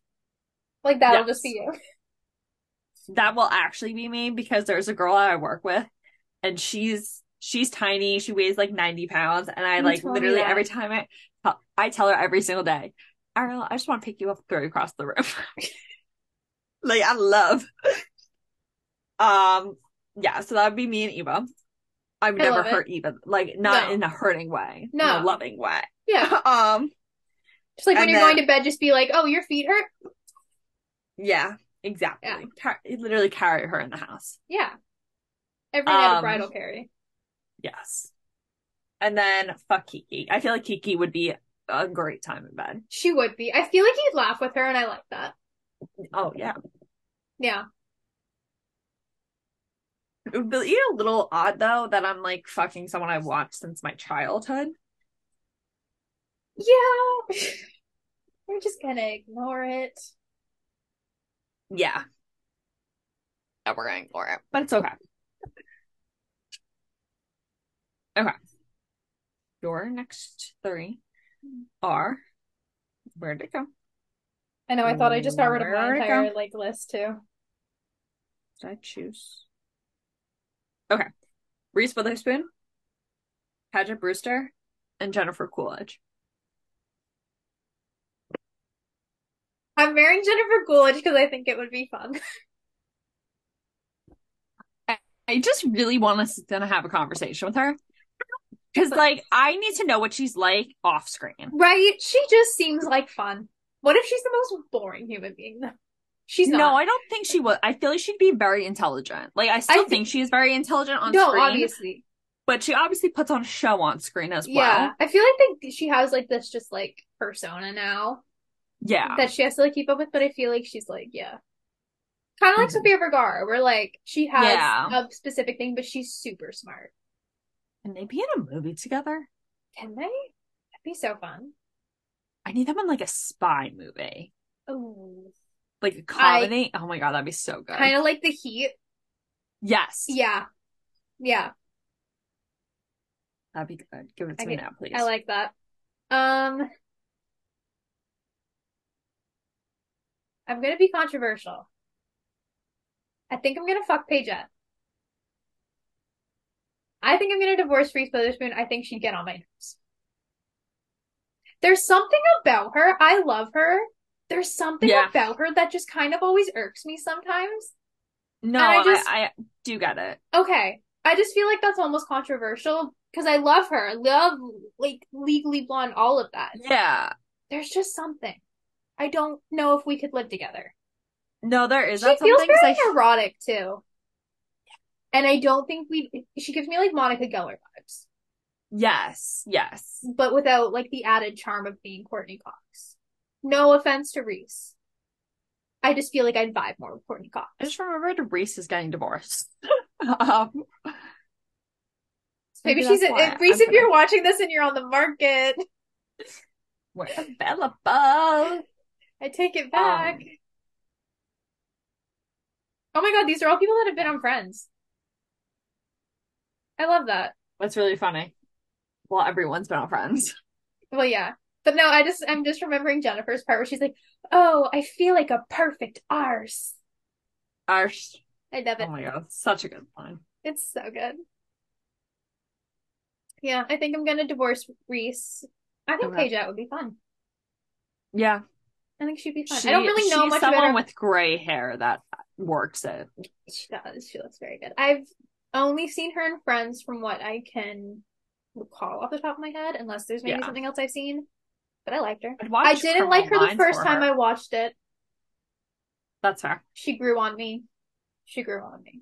Speaker 3: like that'll
Speaker 4: Yes.
Speaker 3: just be you
Speaker 4: that will actually be me because there's a girl I work with and she's she's tiny. She weighs like 90 pounds and I
Speaker 3: You
Speaker 4: like
Speaker 3: told me
Speaker 4: literally
Speaker 3: that.
Speaker 4: every time I I tell her every single day, Ariel, I just want to pick you up and throw you across the room. like I love. Um yeah, so that would be me and Eva. I would
Speaker 3: I
Speaker 4: never
Speaker 3: love it.
Speaker 4: hurt Eva, like not
Speaker 3: No.
Speaker 4: in a hurting way, in
Speaker 3: No.
Speaker 4: a loving way.
Speaker 3: yeah
Speaker 4: um
Speaker 3: just like when
Speaker 4: And
Speaker 3: you're
Speaker 4: then-
Speaker 3: going to bed just be like oh your feet hurt
Speaker 4: yeah, exactly. Car- literally carry her in the house.
Speaker 3: yeah every night a
Speaker 4: Um,
Speaker 3: bridal carry
Speaker 4: Yes. And then fuck Kiki. I feel like Kiki would be a great time in bed.
Speaker 3: she would be I feel like you'd laugh with her and I like that
Speaker 4: Oh yeah.
Speaker 3: yeah
Speaker 4: It would be a little odd though that I'm like fucking someone I've watched since my childhood.
Speaker 3: yeah we're just gonna ignore it
Speaker 4: Yeah. Yeah, we're gonna ignore it. But it's okay. Okay. Your next three are where'd it go?
Speaker 3: I know, I thought I just got rid of my
Speaker 4: America.
Speaker 3: entire like list too.
Speaker 4: Did I choose? Okay. Reese Witherspoon, Padgett Brewster, and Jennifer Coolidge.
Speaker 3: I'm marrying Jennifer Coolidge because I think it would be fun.
Speaker 4: I just really want to sit down and have a conversation with her. Because, like, I need to know what she's like off screen.
Speaker 3: Right? She just seems like fun. What if she's the most boring human being though? She's
Speaker 4: no,
Speaker 3: not.
Speaker 4: I don't think she would. I feel like she'd be very intelligent. Like, I still think,
Speaker 3: think-
Speaker 4: she is very intelligent on
Speaker 3: no,
Speaker 4: screen,
Speaker 3: obviously.
Speaker 4: but she obviously puts on a show on screen as
Speaker 3: Yeah.
Speaker 4: well.
Speaker 3: I feel like that she has like this just like persona now
Speaker 4: Yeah.
Speaker 3: that she has to like keep up with, but I feel like she's like, yeah. Kind of like
Speaker 4: Mhm.
Speaker 3: Sofia Vergara, where like she has
Speaker 4: Yeah.
Speaker 3: a specific thing, but she's super smart.
Speaker 4: Can they be in a movie together?
Speaker 3: Can they? That'd be so fun.
Speaker 4: I need them in, like, a spy movie.
Speaker 3: Ooh.
Speaker 4: Like, a comedy. Oh my God, that'd be so good.
Speaker 3: Kind of like the heat.
Speaker 4: Yes.
Speaker 3: Yeah. Yeah.
Speaker 4: That'd be good. Give it to
Speaker 3: I
Speaker 4: me
Speaker 3: get-
Speaker 4: now, please.
Speaker 3: I like that. Um, I'm gonna be controversial. I think I'm gonna fuck Pageant. I think I'm gonna divorce Reese Witherspoon. I think she'd get on my nerves. There's something about her. I love her. There's something
Speaker 4: Yeah.
Speaker 3: about her that just kind of always irks me sometimes.
Speaker 4: no,
Speaker 3: and I
Speaker 4: I,
Speaker 3: just-
Speaker 4: I do get it.
Speaker 3: Okay. I just feel like that's almost controversial because I love her. I love like Legally Blonde, all of that.
Speaker 4: Yeah.
Speaker 3: there's just something. I don't know if we could live together.
Speaker 4: No, there is
Speaker 3: she
Speaker 4: that
Speaker 3: feels
Speaker 4: something. 'Cause
Speaker 3: very
Speaker 4: I-
Speaker 3: neurotic too. And I don't think we she gives me like Monica Geller vibes,
Speaker 4: Yes, yes.
Speaker 3: but without like the added charm of being Courtney Cox. No offense to Reese. I just feel like I'd vibe more with Courtney Cox.
Speaker 4: I just remembered Reese is getting divorced. um,
Speaker 3: Maybe,
Speaker 4: maybe
Speaker 3: she's
Speaker 4: that's
Speaker 3: a,
Speaker 4: why
Speaker 3: if- Reese,
Speaker 4: I'm
Speaker 3: if you're
Speaker 4: gonna-
Speaker 3: watching this and you're on the market,
Speaker 4: we're available.
Speaker 3: I take it back.
Speaker 4: Um.
Speaker 3: oh my god, these are all people that have been on Friends. I love that.
Speaker 4: That's really funny. Well, everyone's been on Friends.
Speaker 3: Well, yeah. But no, I just I'm just remembering Jennifer's part where she's like, "Oh, I feel like a perfect arse."
Speaker 4: Our, sh-
Speaker 3: I love
Speaker 4: oh
Speaker 3: it.
Speaker 4: my god, such a good line.
Speaker 3: It's so good. Yeah, I think I'm gonna divorce Reese. I think
Speaker 4: Okay.
Speaker 3: Pageant would be fun.
Speaker 4: Yeah,
Speaker 3: I think she'd be fun.
Speaker 4: she,
Speaker 3: I don't really know
Speaker 4: she's
Speaker 3: much about
Speaker 4: someone
Speaker 3: her.
Speaker 4: with gray hair that works it.
Speaker 3: She does. She looks very good. I've only seen her in Friends from what I can recall off the top of my head, unless there's maybe
Speaker 4: Yeah.
Speaker 3: something else I've seen. But I liked her.
Speaker 4: I'd watch
Speaker 3: I didn't like her
Speaker 4: Criminal
Speaker 3: the
Speaker 4: Minds
Speaker 3: first
Speaker 4: for
Speaker 3: time
Speaker 4: her.
Speaker 3: I watched it.
Speaker 4: That's her.
Speaker 3: she grew on me. She grew on me.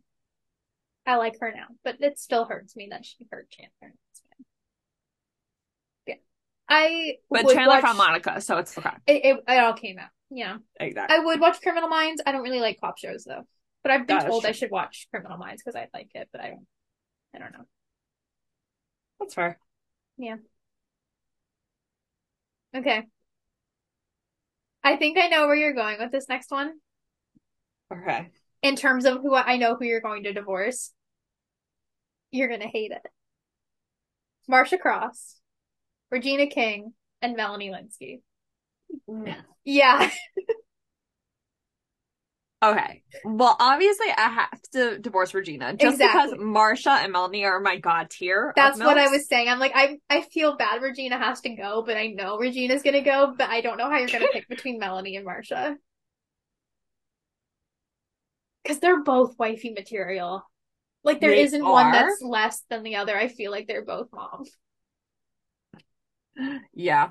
Speaker 3: I like her now, but it still hurts me that she hurt Chandler. It's fine. Yeah, I
Speaker 4: But
Speaker 3: would
Speaker 4: Chandler
Speaker 3: watch-
Speaker 4: found Monica, so it's okay.
Speaker 3: It, it, it all came out. Yeah,
Speaker 4: Exactly.
Speaker 3: I would watch Criminal Minds. I don't really like cop shows though, but I've been
Speaker 4: That is
Speaker 3: told I
Speaker 4: true.
Speaker 3: should watch Criminal Minds because I like it, but I don't. I don't know.
Speaker 4: That's fair.
Speaker 3: Okay, I think I know where you're going with this next one
Speaker 4: Okay.
Speaker 3: in terms of who I know who you're going to divorce. You're gonna hate it. Marsha Cross, Regina King, and Melanie Linsky. Yeah,
Speaker 4: Okay. Well, obviously, I have to divorce Regina just
Speaker 3: Exactly.
Speaker 4: because Marsha and Melanie are my god tier. of
Speaker 3: that's what I
Speaker 4: MILFs.
Speaker 3: was saying. I'm like, I I feel bad Regina has to go, but I know Regina's gonna go, but I don't know how you're gonna pick between Melanie and Marsha. Because they're both wifey material. Like there
Speaker 4: They
Speaker 3: not one
Speaker 4: are.
Speaker 3: that's less than the other. I feel like they're both mom.
Speaker 4: Yeah.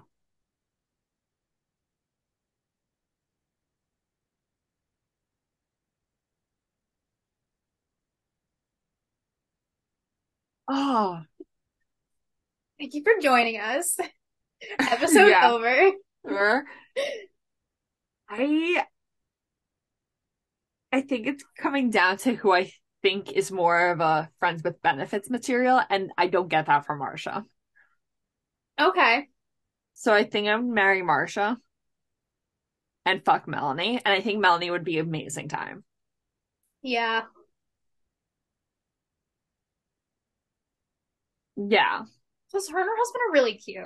Speaker 4: Oh,
Speaker 3: Thank you for joining us. Episode
Speaker 4: Yeah.
Speaker 3: over.
Speaker 4: sure. I I think it's coming down to who I think is more of a friends with benefits material, and I don't get that from Marsha.
Speaker 3: Okay.
Speaker 4: So I think I'm marry Marsha and fuck Melanie, and I think Melanie would be amazing time.
Speaker 3: Yeah.
Speaker 4: Yeah,
Speaker 3: Plus, her and her husband are really cute.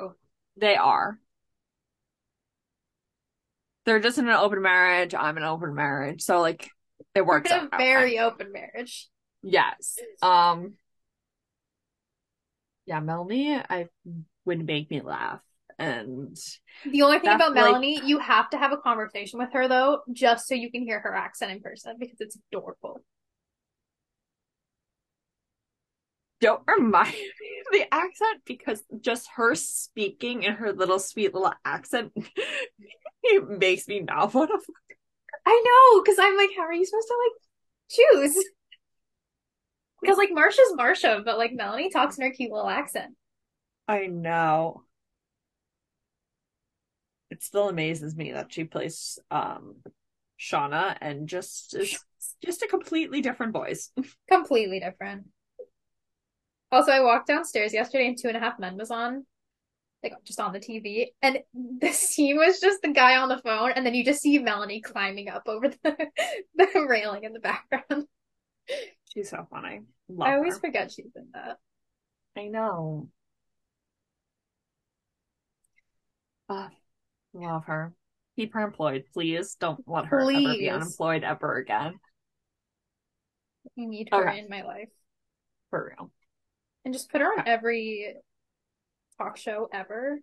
Speaker 4: they are. They're just in an open marriage. I'm in an open marriage. So like it
Speaker 3: We're
Speaker 4: works
Speaker 3: in a
Speaker 4: out. that way.
Speaker 3: very open marriage.
Speaker 4: Yes. Um Yeah, Melanie I would make me laugh. And
Speaker 3: The only thing
Speaker 4: That's
Speaker 3: about
Speaker 4: like-
Speaker 3: Melanie, you have to have a conversation with her though, just so you can hear her accent in person because it's adorable.
Speaker 4: don't remind me of the accent because just her speaking in her little sweet little accent it makes me not want to
Speaker 3: I know, because I'm like, how are you supposed to like choose? Because like Marsha's Marsha, but like Melanie talks in her cute little accent.
Speaker 4: I know. It still amazes me that she plays um Shauna and just is just a completely different voice.
Speaker 3: Completely different. Also, I walked downstairs yesterday and Two and a Half Men was on, like just on the TV, and the scene was just the guy on the phone, and then you just see Melanie climbing up over the, the railing in the background.
Speaker 4: She's so funny. Love
Speaker 3: I always
Speaker 4: her.
Speaker 3: forget she's in that.
Speaker 4: I know. Ah, love her. Keep her employed, please. Don't let her ever be
Speaker 3: Please.
Speaker 4: unemployed ever again.
Speaker 3: I need her
Speaker 4: Okay.
Speaker 3: in my life.
Speaker 4: For real.
Speaker 3: And just put her on
Speaker 4: Okay.
Speaker 3: every talk show ever.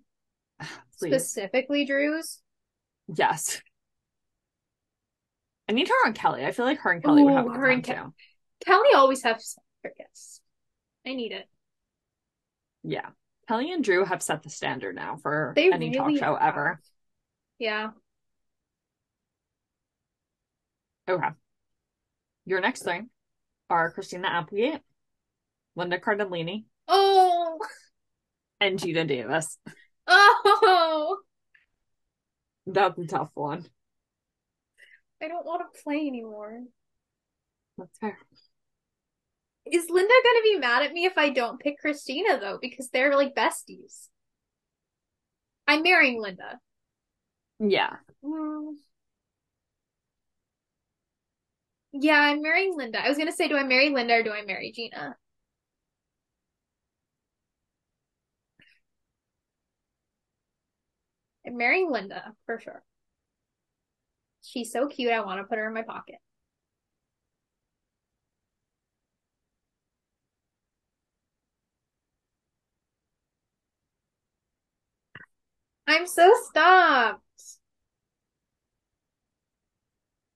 Speaker 4: Please.
Speaker 3: Specifically Drew's.
Speaker 4: Yes. I need her on Kelly. I feel like her and Kelly would have a
Speaker 3: Ooh,
Speaker 4: good
Speaker 3: her and
Speaker 4: time
Speaker 3: Ke-
Speaker 4: too.
Speaker 3: Kelly always has her guests. I need it.
Speaker 4: Yeah. Kelly and Drew have set the standard now for
Speaker 3: They
Speaker 4: any talk
Speaker 3: really
Speaker 4: show
Speaker 3: have.
Speaker 4: ever.
Speaker 3: Yeah.
Speaker 4: Okay. Your next three are Christina Applegate, Linda Cardellini,
Speaker 3: Oh,
Speaker 4: and Gina Davis.
Speaker 3: oh!
Speaker 4: That's a tough one.
Speaker 3: I don't want to play anymore.
Speaker 4: That's fair.
Speaker 3: Is Linda gonna be mad at me if I don't pick Christina though? Because they're like besties. I'm marrying Linda.
Speaker 4: Yeah.
Speaker 3: Mm. Yeah, I'm marrying Linda. I was gonna say, do I marry Linda or do I marry Gina? I'm marrying Linda for sure. She's so cute. I want to put her in my pocket. I'm so stumped.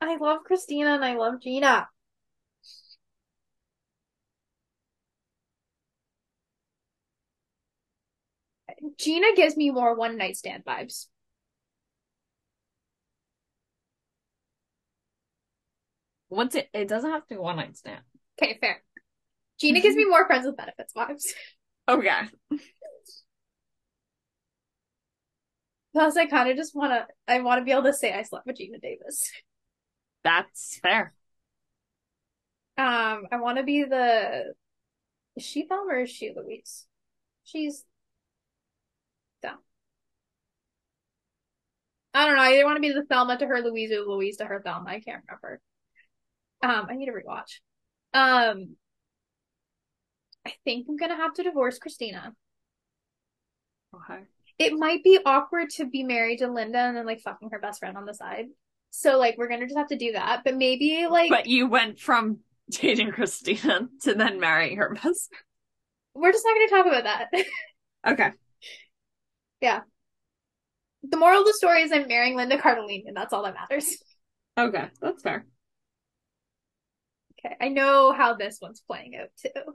Speaker 3: I love Christina and I love Gina. Gina gives me more one night stand vibes.
Speaker 4: Once it, it doesn't have to be one night stand.
Speaker 3: Okay, fair. Gina gives me more friends with benefits vibes.
Speaker 4: Okay.
Speaker 3: Plus, I kind of just wanna, I want to be able to say I slept with Gina Davis.
Speaker 4: That's fair.
Speaker 3: Um, I want to be the, is she Thelma or is she Louise? She's Thelma. I don't know. I either want to be the Thelma to her Louise or Louise to her Thelma. I can't remember. Um, I need to rewatch. Um, I think I'm gonna have to divorce Christina.
Speaker 4: Okay.
Speaker 3: It might be awkward to be married to Linda and then like fucking her best friend on the side. So like we're gonna just have to do that. But maybe like
Speaker 4: But you went from dating Christina to then marrying her best.
Speaker 3: we're just not gonna talk about that.
Speaker 4: Okay.
Speaker 3: The moral of the story is I'm marrying Linda Cardellini, and that's all that matters.
Speaker 4: Okay. That's fair.
Speaker 3: Okay, I know how this one's playing out too.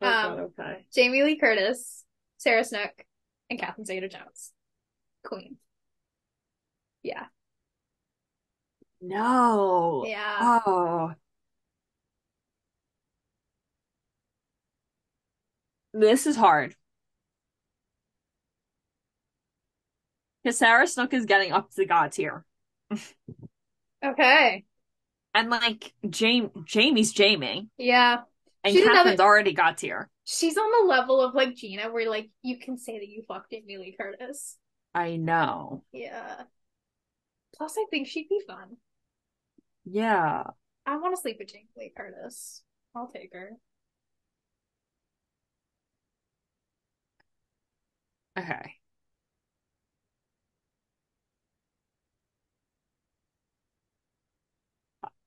Speaker 4: Oh,
Speaker 3: Um,
Speaker 4: okay.
Speaker 3: Jamie Lee Curtis, Sarah Snook, and Catherine Zeta-Jones. Queen.
Speaker 4: No.
Speaker 3: Yeah.
Speaker 4: Oh. This is hard. Because Sarah Snook is getting up to God tier.
Speaker 3: Okay.
Speaker 4: And like Jam Jamie's Jamie.
Speaker 3: Yeah.
Speaker 4: And
Speaker 3: She's another-
Speaker 4: Catherine's already got tier.
Speaker 3: She's on the level of like Gina, where like you can say that you fucked Jamie Lee Curtis.
Speaker 4: I know.
Speaker 3: Yeah. Plus, I think she'd be fun.
Speaker 4: Yeah.
Speaker 3: I want to sleep with Jamie Lee Curtis. I'll take her.
Speaker 4: Okay.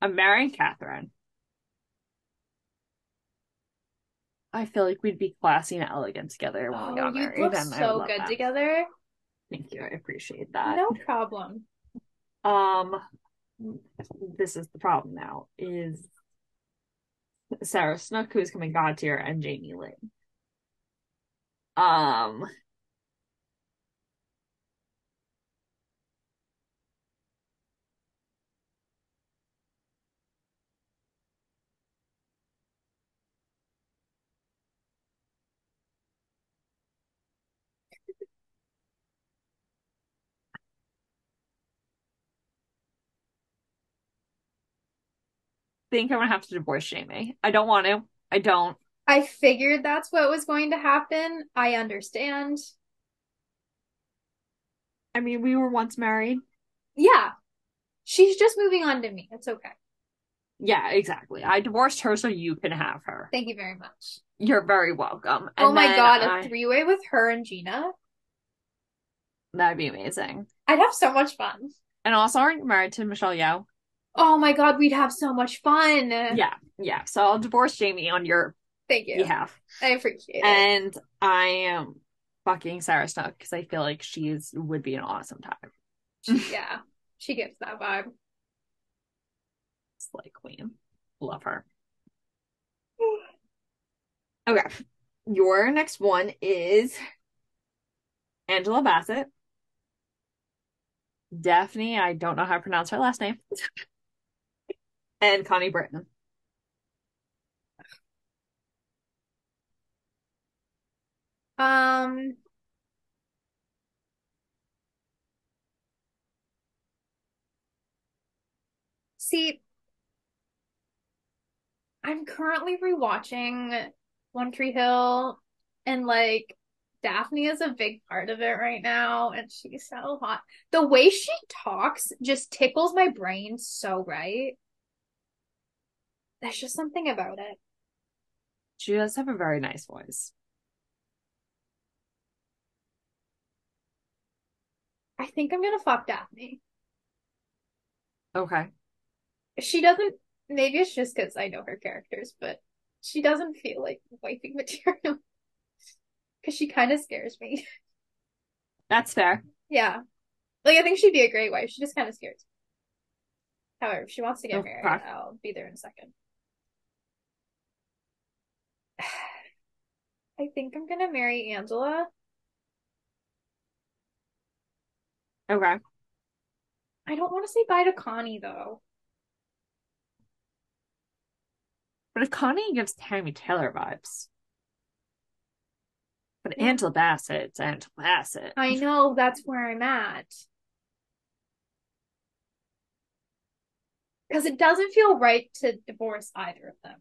Speaker 4: I'm marrying Catherine. I feel like we'd be classy and elegant together when we
Speaker 3: Oh,
Speaker 4: got
Speaker 3: you'd
Speaker 4: married.
Speaker 3: look
Speaker 4: and I
Speaker 3: so
Speaker 4: love
Speaker 3: good
Speaker 4: that.
Speaker 3: together.
Speaker 4: Thank you. I appreciate that.
Speaker 3: No problem.
Speaker 4: Um, this is the problem now is Sarah Snook, who's coming God tier, and Jamie Lynn. Um, think I'm gonna have to divorce Jamie. I don't want to. I don't.
Speaker 3: I figured that's what was going to happen. I understand.
Speaker 4: I mean, we were once married.
Speaker 3: Yeah. She's just moving on to me. It's okay.
Speaker 4: Yeah, exactly. I divorced her so you can have her.
Speaker 3: Thank you very much.
Speaker 4: You're very welcome.
Speaker 3: Oh
Speaker 4: And
Speaker 3: my
Speaker 4: then
Speaker 3: God, a
Speaker 4: I-
Speaker 3: three-way with her and Gina.
Speaker 4: that'd be amazing.
Speaker 3: I'd have so much fun.
Speaker 4: And also, aren't you married to Michelle Yeoh?
Speaker 3: Oh my God, we'd have so much fun.
Speaker 4: Yeah, yeah. So I'll divorce Jamie on your
Speaker 3: Thank you.
Speaker 4: behalf.
Speaker 3: I appreciate it.
Speaker 4: And I am fucking Sarah Snook because I feel like she's would be an awesome time.
Speaker 3: She- yeah, she gets that vibe.
Speaker 4: It's like queen. Love her. Okay. Your next one is Angela Bassett. Daphne, I don't know how to pronounce her last name. and Connie Britton.
Speaker 3: Um, see, I'm currently rewatching One Tree Hill, and like Daphne is a big part of it right now, and she's so hot. The way she talks just tickles my brain so right. There's just something about it.
Speaker 4: She does have a very nice voice.
Speaker 3: I think I'm gonna fuck Daphne.
Speaker 4: Okay.
Speaker 3: she doesn't maybe it's just because i know her characters but she doesn't feel like wiping material because she kind of scares me
Speaker 4: That's fair.
Speaker 3: yeah like i think she'd be a great wife she just kind of scares me however if she wants to get
Speaker 4: Okay.
Speaker 3: married i'll be there in a second i think i'm gonna marry angela
Speaker 4: Okay.
Speaker 3: i don't want to say bye to connie though
Speaker 4: But if Connie gives Tammy Taylor vibes. But
Speaker 3: Yeah.
Speaker 4: Angela Bassett, it's Angela Bassett.
Speaker 3: i know that's where i'm at because it doesn't feel right to divorce either of them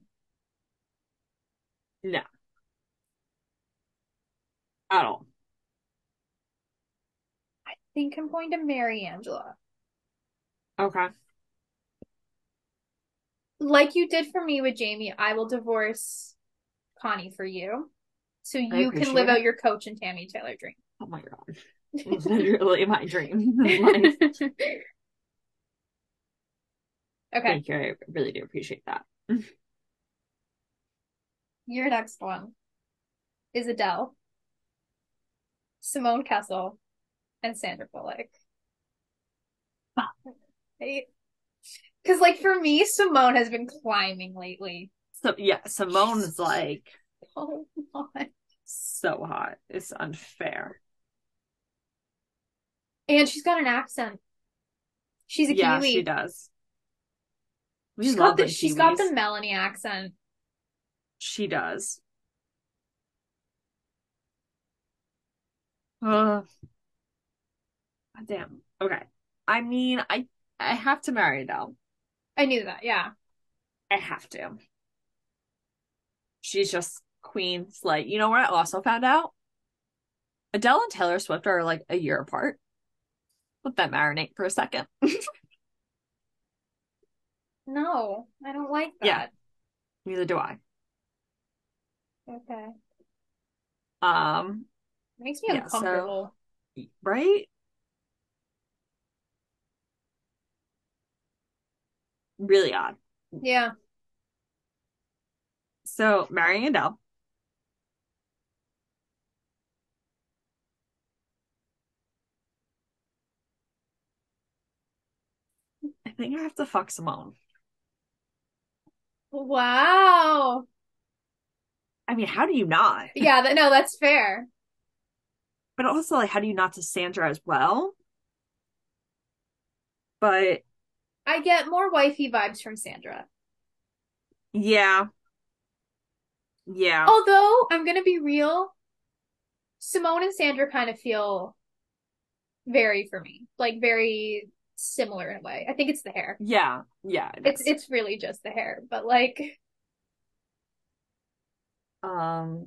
Speaker 4: At all.
Speaker 3: think I'm going to marry Angela.
Speaker 4: Okay.
Speaker 3: Like you did for me with Jamie, I will divorce Connie for you. So you can
Speaker 4: appreciate
Speaker 3: live
Speaker 4: it.
Speaker 3: out your coach and Tammy Taylor dream.
Speaker 4: Oh my god. Literally my dream. Like,
Speaker 3: Okay,
Speaker 4: Thank you. I really do appreciate that.
Speaker 3: your next one is Adele, Simone Kessel, and Sandra Bullock. Because, like, for me, Simone has been climbing lately.
Speaker 4: So yeah, Simone's like
Speaker 3: Oh, my.
Speaker 4: so hot. It's unfair.
Speaker 3: And she's got an accent. She's a
Speaker 4: yeah,
Speaker 3: Kiwi.
Speaker 4: she does. We
Speaker 3: She's
Speaker 4: love
Speaker 3: got the
Speaker 4: the
Speaker 3: she's got the
Speaker 4: Kiwis.
Speaker 3: Melanie accent.
Speaker 4: She does. Uh, damn. Okay. I mean, I I have to marry Adele.
Speaker 3: I knew that, yeah.
Speaker 4: I have to. She's just queen slay. You know what I also found out? Adele and Taylor Swift are like a year apart. Let that marinate for a second.
Speaker 3: No, I don't like
Speaker 4: Yeah.
Speaker 3: that.
Speaker 4: Neither do I.
Speaker 3: Okay.
Speaker 4: Um,
Speaker 3: makes me
Speaker 4: Yeah, so-
Speaker 3: uncomfortable.
Speaker 4: right? really odd.
Speaker 3: Yeah.
Speaker 4: So marrying Adele. I think I have to fuck Simone.
Speaker 3: Wow.
Speaker 4: I mean, how do you not?
Speaker 3: Yeah, that, no, that's fair.
Speaker 4: But also, like, how do you not to Sandra as well? But
Speaker 3: I get more wifey vibes from Sandra.
Speaker 4: yeah, yeah.
Speaker 3: Although, I'm gonna be real, Simone and Sandra kind of feel very for me, like very similar in a way. I think it's the hair.
Speaker 4: Yeah, yeah. it
Speaker 3: It's
Speaker 4: is.
Speaker 3: it's really just the hair, but like
Speaker 4: um,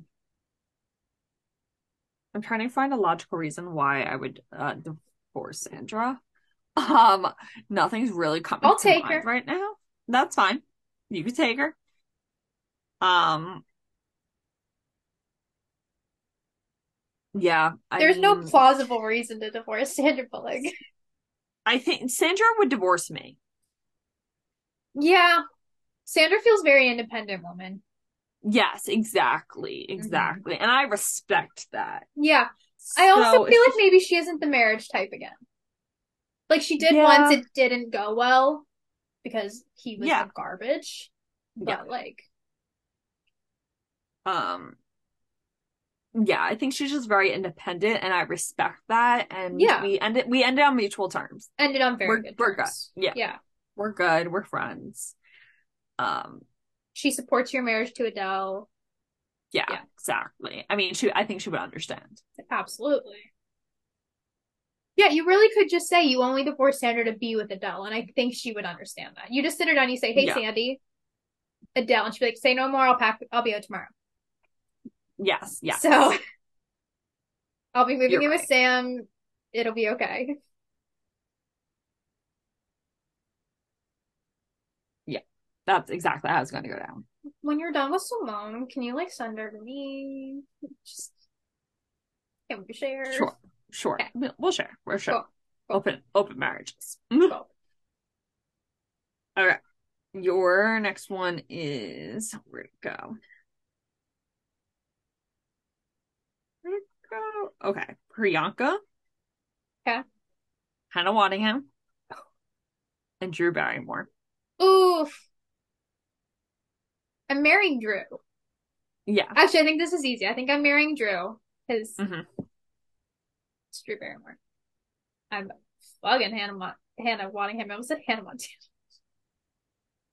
Speaker 4: I'm trying to find a logical reason why I would uh, divorce Sandra. Um, nothing's really coming
Speaker 3: I'll
Speaker 4: to
Speaker 3: take her.
Speaker 4: mind right now. That's fine. You can take her. Um, yeah. I
Speaker 3: there's no
Speaker 4: mean,
Speaker 3: plausible reason to divorce Sandra Bullock.
Speaker 4: I think Sandra would divorce me.
Speaker 3: Yeah. Sandra feels very independent woman.
Speaker 4: Yes, exactly,
Speaker 3: Mm-hmm.
Speaker 4: exactly, and I respect that.
Speaker 3: Yeah. I also
Speaker 4: So if
Speaker 3: feel like
Speaker 4: she-
Speaker 3: maybe she isn't the marriage type again. Like she did
Speaker 4: Yeah.
Speaker 3: once, it didn't go well because he was
Speaker 4: Yeah.
Speaker 3: garbage. But
Speaker 4: Yeah.
Speaker 3: like,
Speaker 4: um yeah i think she's just very independent and i respect that and
Speaker 3: Yeah.
Speaker 4: we ended we ended on mutual terms
Speaker 3: ended on very
Speaker 4: We're-
Speaker 3: good
Speaker 4: we're good.
Speaker 3: terms.
Speaker 4: Yeah. we're good we're friends um
Speaker 3: She supports your marriage to Adele.
Speaker 4: yeah,
Speaker 3: Yeah.
Speaker 4: exactly i mean she i think she would understand
Speaker 3: Absolutely. Yeah, you really could just say you only divorced Sandra to be with Adele, and I think she would understand that. You just sit her down, you say, "Hey,
Speaker 4: Yeah.
Speaker 3: Sandy, Adele," and she'd be like, "Say no more. I'll pack. I'll be out tomorrow."
Speaker 4: yes yes
Speaker 3: So I'll be moving
Speaker 4: You're
Speaker 3: in with
Speaker 4: right.
Speaker 3: Sam. It'll be okay.
Speaker 4: that's exactly how it's going to go down
Speaker 3: When you're done with Simone, can you like send her to me? Just can we share?
Speaker 4: sure sure
Speaker 3: Okay.
Speaker 4: We- we'll share we're sure
Speaker 3: Cool. Cool.
Speaker 4: open open marriages Mm-hmm.
Speaker 3: Cool.
Speaker 4: all right your next one is where'd it go where'd it go okay priyanka
Speaker 3: Okay.
Speaker 4: Hannah Waddingham and Drew Barrymore.
Speaker 3: Oof. I'm marrying Drew.
Speaker 4: Yeah.
Speaker 3: Actually, I think this is easy. I think I'm marrying Drew because
Speaker 4: Mhm.
Speaker 3: it's Drew Barrymore. I'm fucking Hannah Mon Hannah Waddingham. I almost said Hannah Montana.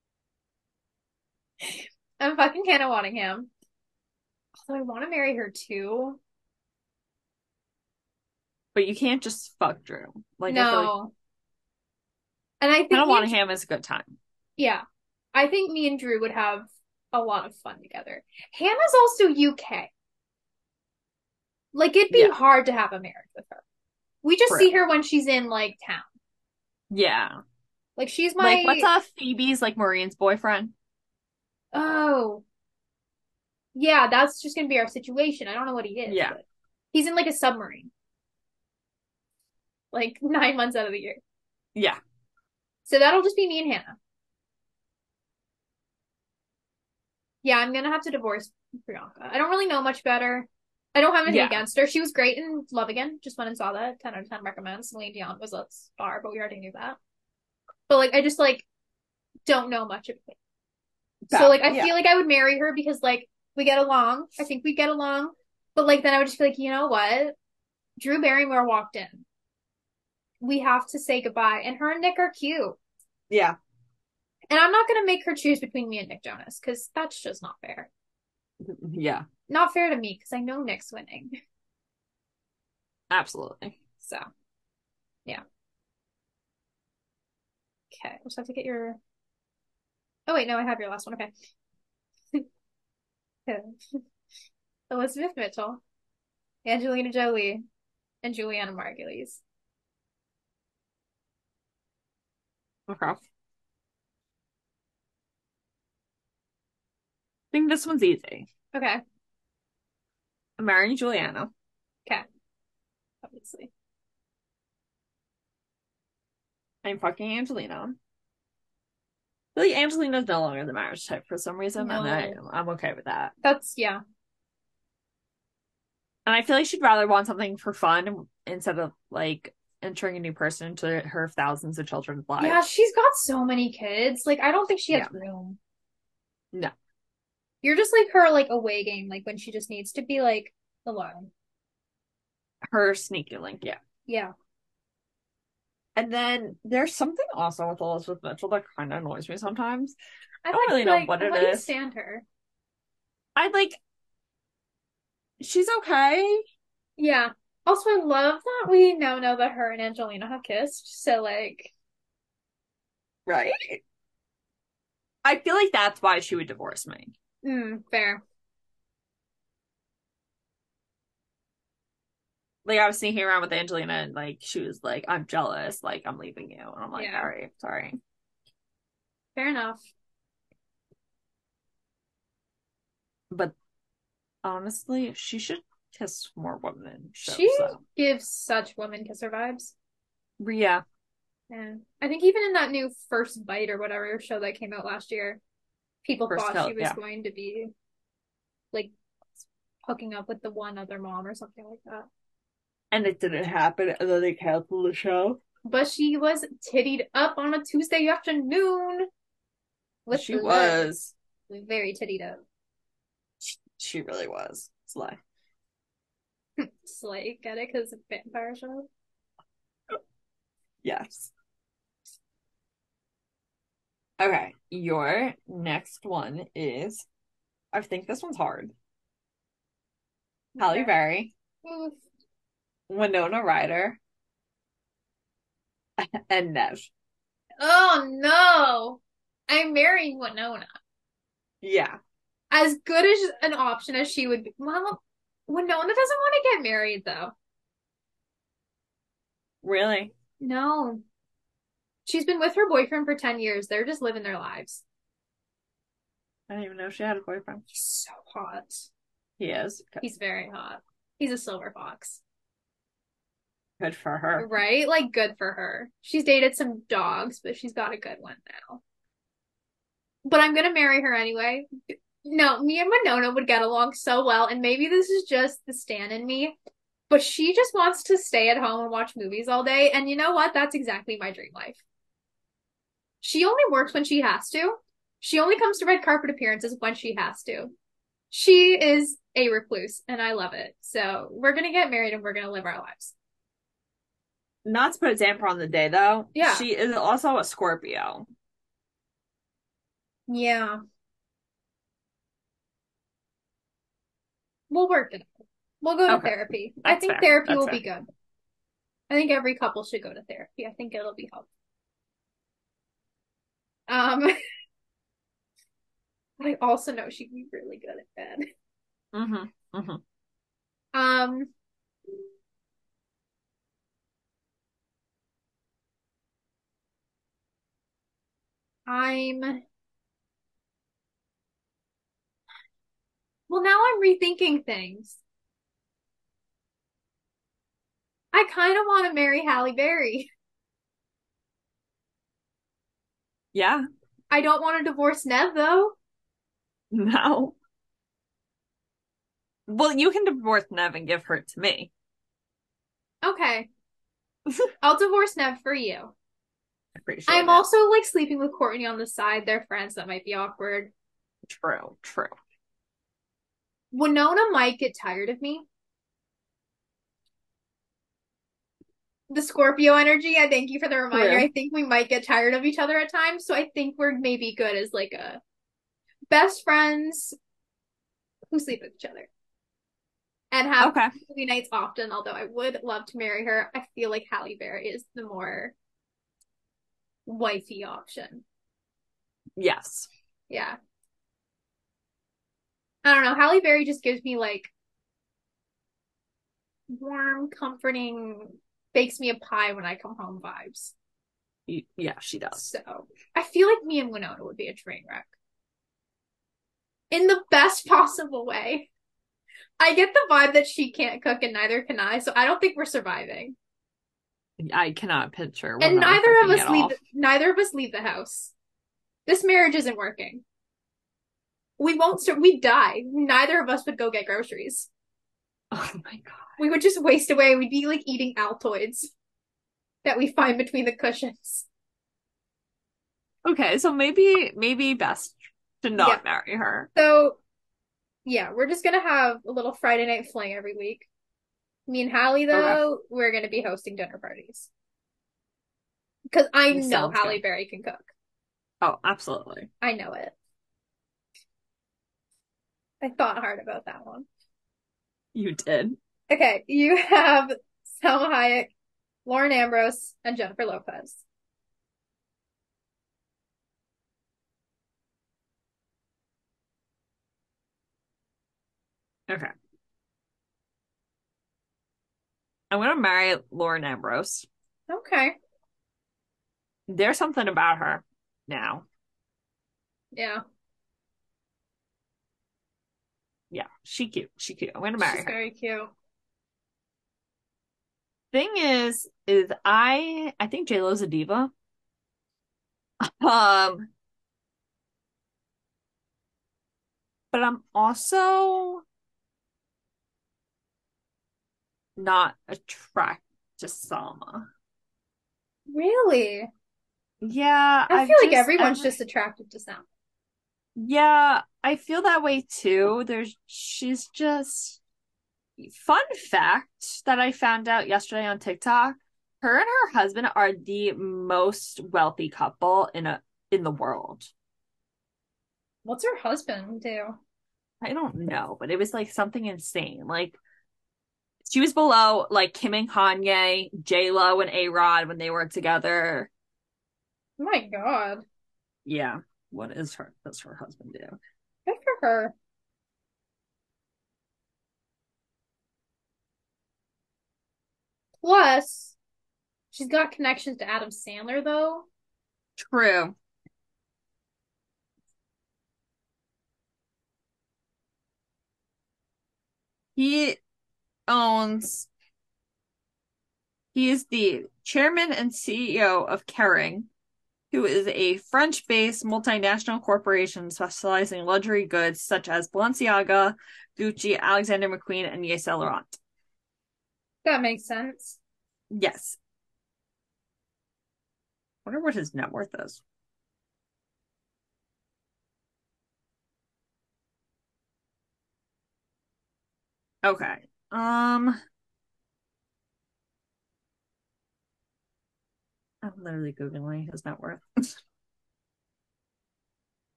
Speaker 3: I'm fucking Hannah Waddingham. Although I want to marry her too.
Speaker 4: But you can't just fuck Drew. Like I feel like
Speaker 3: no. And I think
Speaker 4: Hannah
Speaker 3: me and
Speaker 4: Waddingham is a good time.
Speaker 3: Yeah. I think me and Drew would have a lot of fun together. Hannah's also UK. Like it'd be
Speaker 4: Yeah.
Speaker 3: hard to have a marriage with her. We just see her when she's in like town.
Speaker 4: Yeah.
Speaker 3: Like she's my
Speaker 4: Like what's up Phoebe's like Maureen's boyfriend?
Speaker 3: Oh. Yeah, that's just gonna be our situation. I don't know what he is,
Speaker 4: Yeah.
Speaker 3: but he's in like a submarine. Like nine months out of the year.
Speaker 4: Yeah.
Speaker 3: So that'll just be me and Hannah. Yeah, I'm gonna have to divorce Priyanka. I don't really know much better. I don't have anything
Speaker 4: Yeah.
Speaker 3: against her. She was great in Love Again. Just went and saw that. 10 out of 10 recommends. Celine Dion was a star, but we already knew that. But like, I just like don't know much of it. So like, I
Speaker 4: Yeah.
Speaker 3: feel like I would marry her because like we get along. I think we get along. But like, then I would just be like, you know what? Drew Barrymore walked in. We have to say goodbye. And her and Nick are cute.
Speaker 4: Yeah.
Speaker 3: And I'm not going to make her choose between me and Nick Jonas because that's just not fair.
Speaker 4: Yeah.
Speaker 3: Not fair to me because I know Nick's winning.
Speaker 4: Absolutely.
Speaker 3: So, yeah. Okay. I just have to get your. Oh, wait. No, I have your last one. Okay. Okay. Elizabeth Mitchell, Angelina Jolie, and Juliana Margulies.
Speaker 4: Okay. I think this one's easy.
Speaker 3: Okay.
Speaker 4: I'm marrying Juliana.
Speaker 3: Obviously.
Speaker 4: I'm fucking Angelina. Like Angelina's no longer the marriage type for some reason, and I,
Speaker 3: No.
Speaker 4: I'm okay with that.
Speaker 3: That's yeah.
Speaker 4: And I feel like she'd rather want something for fun instead of like entering a new person into her thousands of children's lives.
Speaker 3: Yeah, she's got so many kids. Like, I don't think she has room.
Speaker 4: No.
Speaker 3: You're just like her, like away game, like when she just needs to be like alone.
Speaker 4: Her sneaky link, yeah.
Speaker 3: Yeah.
Speaker 4: And then there's something also with Elizabeth Mitchell that kind of annoys me sometimes.
Speaker 3: I
Speaker 4: don't really know
Speaker 3: like,
Speaker 4: what it
Speaker 3: how do you
Speaker 4: is.
Speaker 3: stand her?
Speaker 4: I like, she's okay.
Speaker 3: Yeah. Also, I love that we now know that her and Angelina have kissed. So, like,
Speaker 4: Right? I feel like that's why she would divorce me.
Speaker 3: mm, fair.
Speaker 4: Like I was sneaking around with Angelina and like she was like, I'm jealous, like I'm leaving you. And I'm like,
Speaker 3: Yeah.
Speaker 4: all right, sorry.
Speaker 3: Fair enough.
Speaker 4: But honestly, she should kiss more women in shows,
Speaker 3: She-
Speaker 4: though.
Speaker 3: Gives such woman kisser vibes.
Speaker 4: Yeah.
Speaker 3: Yeah. I think even in that new First Bite or whatever show that came out last year, people
Speaker 4: First
Speaker 3: thought
Speaker 4: Kill,
Speaker 3: she was
Speaker 4: yeah.
Speaker 3: going to be like hooking up with the one other mom or something like that.
Speaker 4: And it didn't happen, and then they canceled the show.
Speaker 3: But she was tittied up on a Tuesday afternoon with
Speaker 4: she
Speaker 3: the-
Speaker 4: was.
Speaker 3: very tittied up.
Speaker 4: She really was. Sly.
Speaker 3: Slay, get it? Because vampire show.
Speaker 4: Yes. Okay, your next one is I think this one's hard. Halle
Speaker 3: Okay.
Speaker 4: Berry,
Speaker 3: Oof.
Speaker 4: Winona Ryder, and Nev.
Speaker 3: Oh no! I'm marrying Winona.
Speaker 4: Yeah.
Speaker 3: As good as an option as she would be. Well, Winona doesn't want to get married though.
Speaker 4: Really?
Speaker 3: No. She's been with her boyfriend for 10 years. They're just living their lives.
Speaker 4: I didn't even know she had a boyfriend.
Speaker 3: He's so hot.
Speaker 4: He is. Good,
Speaker 3: He's very hot. He's a silver fox.
Speaker 4: good for her.
Speaker 3: Right? Like, good for her. She's dated some dogs, but she's got a good one now. But I'm gonna marry her anyway. No, me and Winona would get along so well, and maybe this is just the stan in me, but she just wants to stay at home and watch movies all day, and you know what? That's exactly my dream life. She only works when she has to. She only comes to red carpet appearances when she has to. She is a recluse, and I love it. So we're gonna get married and we're gonna live our lives.
Speaker 4: Not to put a damper on the day though.
Speaker 3: Yeah.
Speaker 4: She is also a Scorpio.
Speaker 3: Yeah. We'll work it out. We'll go to
Speaker 4: Okay.
Speaker 3: therapy. I
Speaker 4: That's
Speaker 3: think
Speaker 4: fair.
Speaker 3: therapy
Speaker 4: That's
Speaker 3: will be good. I think every couple should go to therapy. I think it'll be helpful. Um, but I also know she'd be really good at bed.
Speaker 4: Mm-hmm.
Speaker 3: Um, I'm. Well, now I'm rethinking things. I kind of want to marry Halle Berry.
Speaker 4: Yeah.
Speaker 3: I don't want to divorce Nev, though.
Speaker 4: No. Well, you can divorce Nev and give her to me.
Speaker 3: Okay. I'll divorce Nev for you.
Speaker 4: I appreciate
Speaker 3: I'm
Speaker 4: it.
Speaker 3: also like sleeping with Courtney on the side. They're friends. That might be awkward.
Speaker 4: True, true.
Speaker 3: Winona might get tired of me. The Scorpio energy, I thank you for the reminder.
Speaker 4: True.
Speaker 3: I think we might get tired of each other at times, so I think we're maybe good as like a best friends who sleep with each other and have
Speaker 4: Okay.
Speaker 3: movie nights often. Although I would love to marry her, I feel like Halle Berry is the more wifey option.
Speaker 4: Yes.
Speaker 3: Yeah. I don't know. Halle Berry just gives me like warm, comforting, bakes me a pie when I come home vibes.
Speaker 4: Y- Yeah, she does.
Speaker 3: So I feel like me and Winona would be a train wreck. In the best possible way. I get the vibe that she can't cook and neither can I, so I don't think we're surviving.
Speaker 4: I cannot picture.
Speaker 3: And
Speaker 4: Winona
Speaker 3: neither of
Speaker 4: cooking
Speaker 3: us
Speaker 4: at
Speaker 3: leave
Speaker 4: all.
Speaker 3: neither of us leave the house. This marriage isn't working. We won't sur- we'd die. Neither of us would go get groceries.
Speaker 4: Oh my god.
Speaker 3: We would just waste away. We'd be like eating Altoids that we find between the cushions.
Speaker 4: Okay, so maybe maybe best to not
Speaker 3: Yeah.
Speaker 4: marry her.
Speaker 3: So, yeah, we're just gonna have a little Friday night fling every week. Me and Hallie, though, we're gonna be hosting dinner parties. Because I
Speaker 4: That
Speaker 3: know
Speaker 4: sounds
Speaker 3: Halle
Speaker 4: good.
Speaker 3: Berry can cook.
Speaker 4: Oh, absolutely.
Speaker 3: I know it. I thought hard about that one.
Speaker 4: You did.
Speaker 3: Okay, you have Selma Hayek, Lauren Ambrose, and Jennifer Lopez.
Speaker 4: Okay. I'm gonna marry Lauren Ambrose.
Speaker 3: Okay,
Speaker 4: There's something about her now.
Speaker 3: yeah,
Speaker 4: Yeah, she cute. She cute. I'm gonna marry
Speaker 3: she's
Speaker 4: her.
Speaker 3: very cute.
Speaker 4: Thing is, is I I think J Lo's a diva. Um, but I'm also not attracted to Salma.
Speaker 3: Really?
Speaker 4: Yeah,
Speaker 3: I
Speaker 4: I've
Speaker 3: feel like
Speaker 4: just-
Speaker 3: everyone's
Speaker 4: I've-
Speaker 3: just attracted to Selma.
Speaker 4: Yeah, I feel that way too. There's she's just fun fact that I found out yesterday on TikTok. Her and her husband are the most wealthy couple in a in the world.
Speaker 3: What's her husband do? Oh
Speaker 4: I don't know, but it was like something insane. Like she was below like Kim and Kanye, J-Lo and A-Rod when they were together.
Speaker 3: My God,
Speaker 4: Yeah. What is her does her husband do?
Speaker 3: good for her. Plus, she's got connections to Adam Sandler, though.
Speaker 4: True. He owns, he is the chairman and CEO of Kering, who is a French-based multinational corporation specializing in luxury goods such as Balenciaga, Gucci, Alexander McQueen, and Yves Saint Laurent.
Speaker 3: That makes sense.
Speaker 4: Yes. Wonder what his net worth is. Okay. Um, I'm literally Googling his net worth.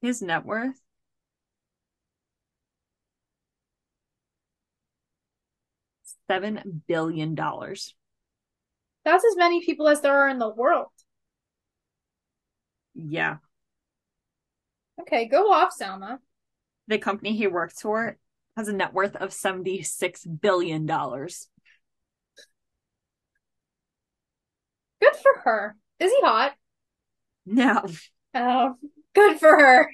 Speaker 4: His net worth seven billion dollars.
Speaker 3: That's as many people as there are in the world.
Speaker 4: Yeah.
Speaker 3: Okay, go off, Selma.
Speaker 4: the company he works for has a net worth of $76 billion.
Speaker 3: Good for her. Is he hot?
Speaker 4: Now,
Speaker 3: Oh, good for her.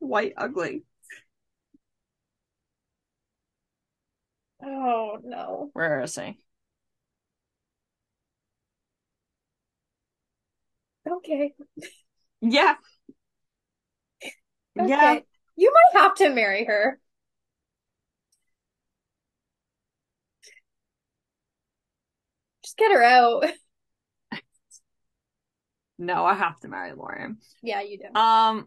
Speaker 4: quite ugly.
Speaker 3: Oh no.
Speaker 4: Where is he?
Speaker 3: Okay.
Speaker 4: Yeah. Yeah.
Speaker 3: Okay. You might have to marry her. Just get her out.
Speaker 4: No, I have to marry Lauren.
Speaker 3: Yeah, you do.
Speaker 4: Um,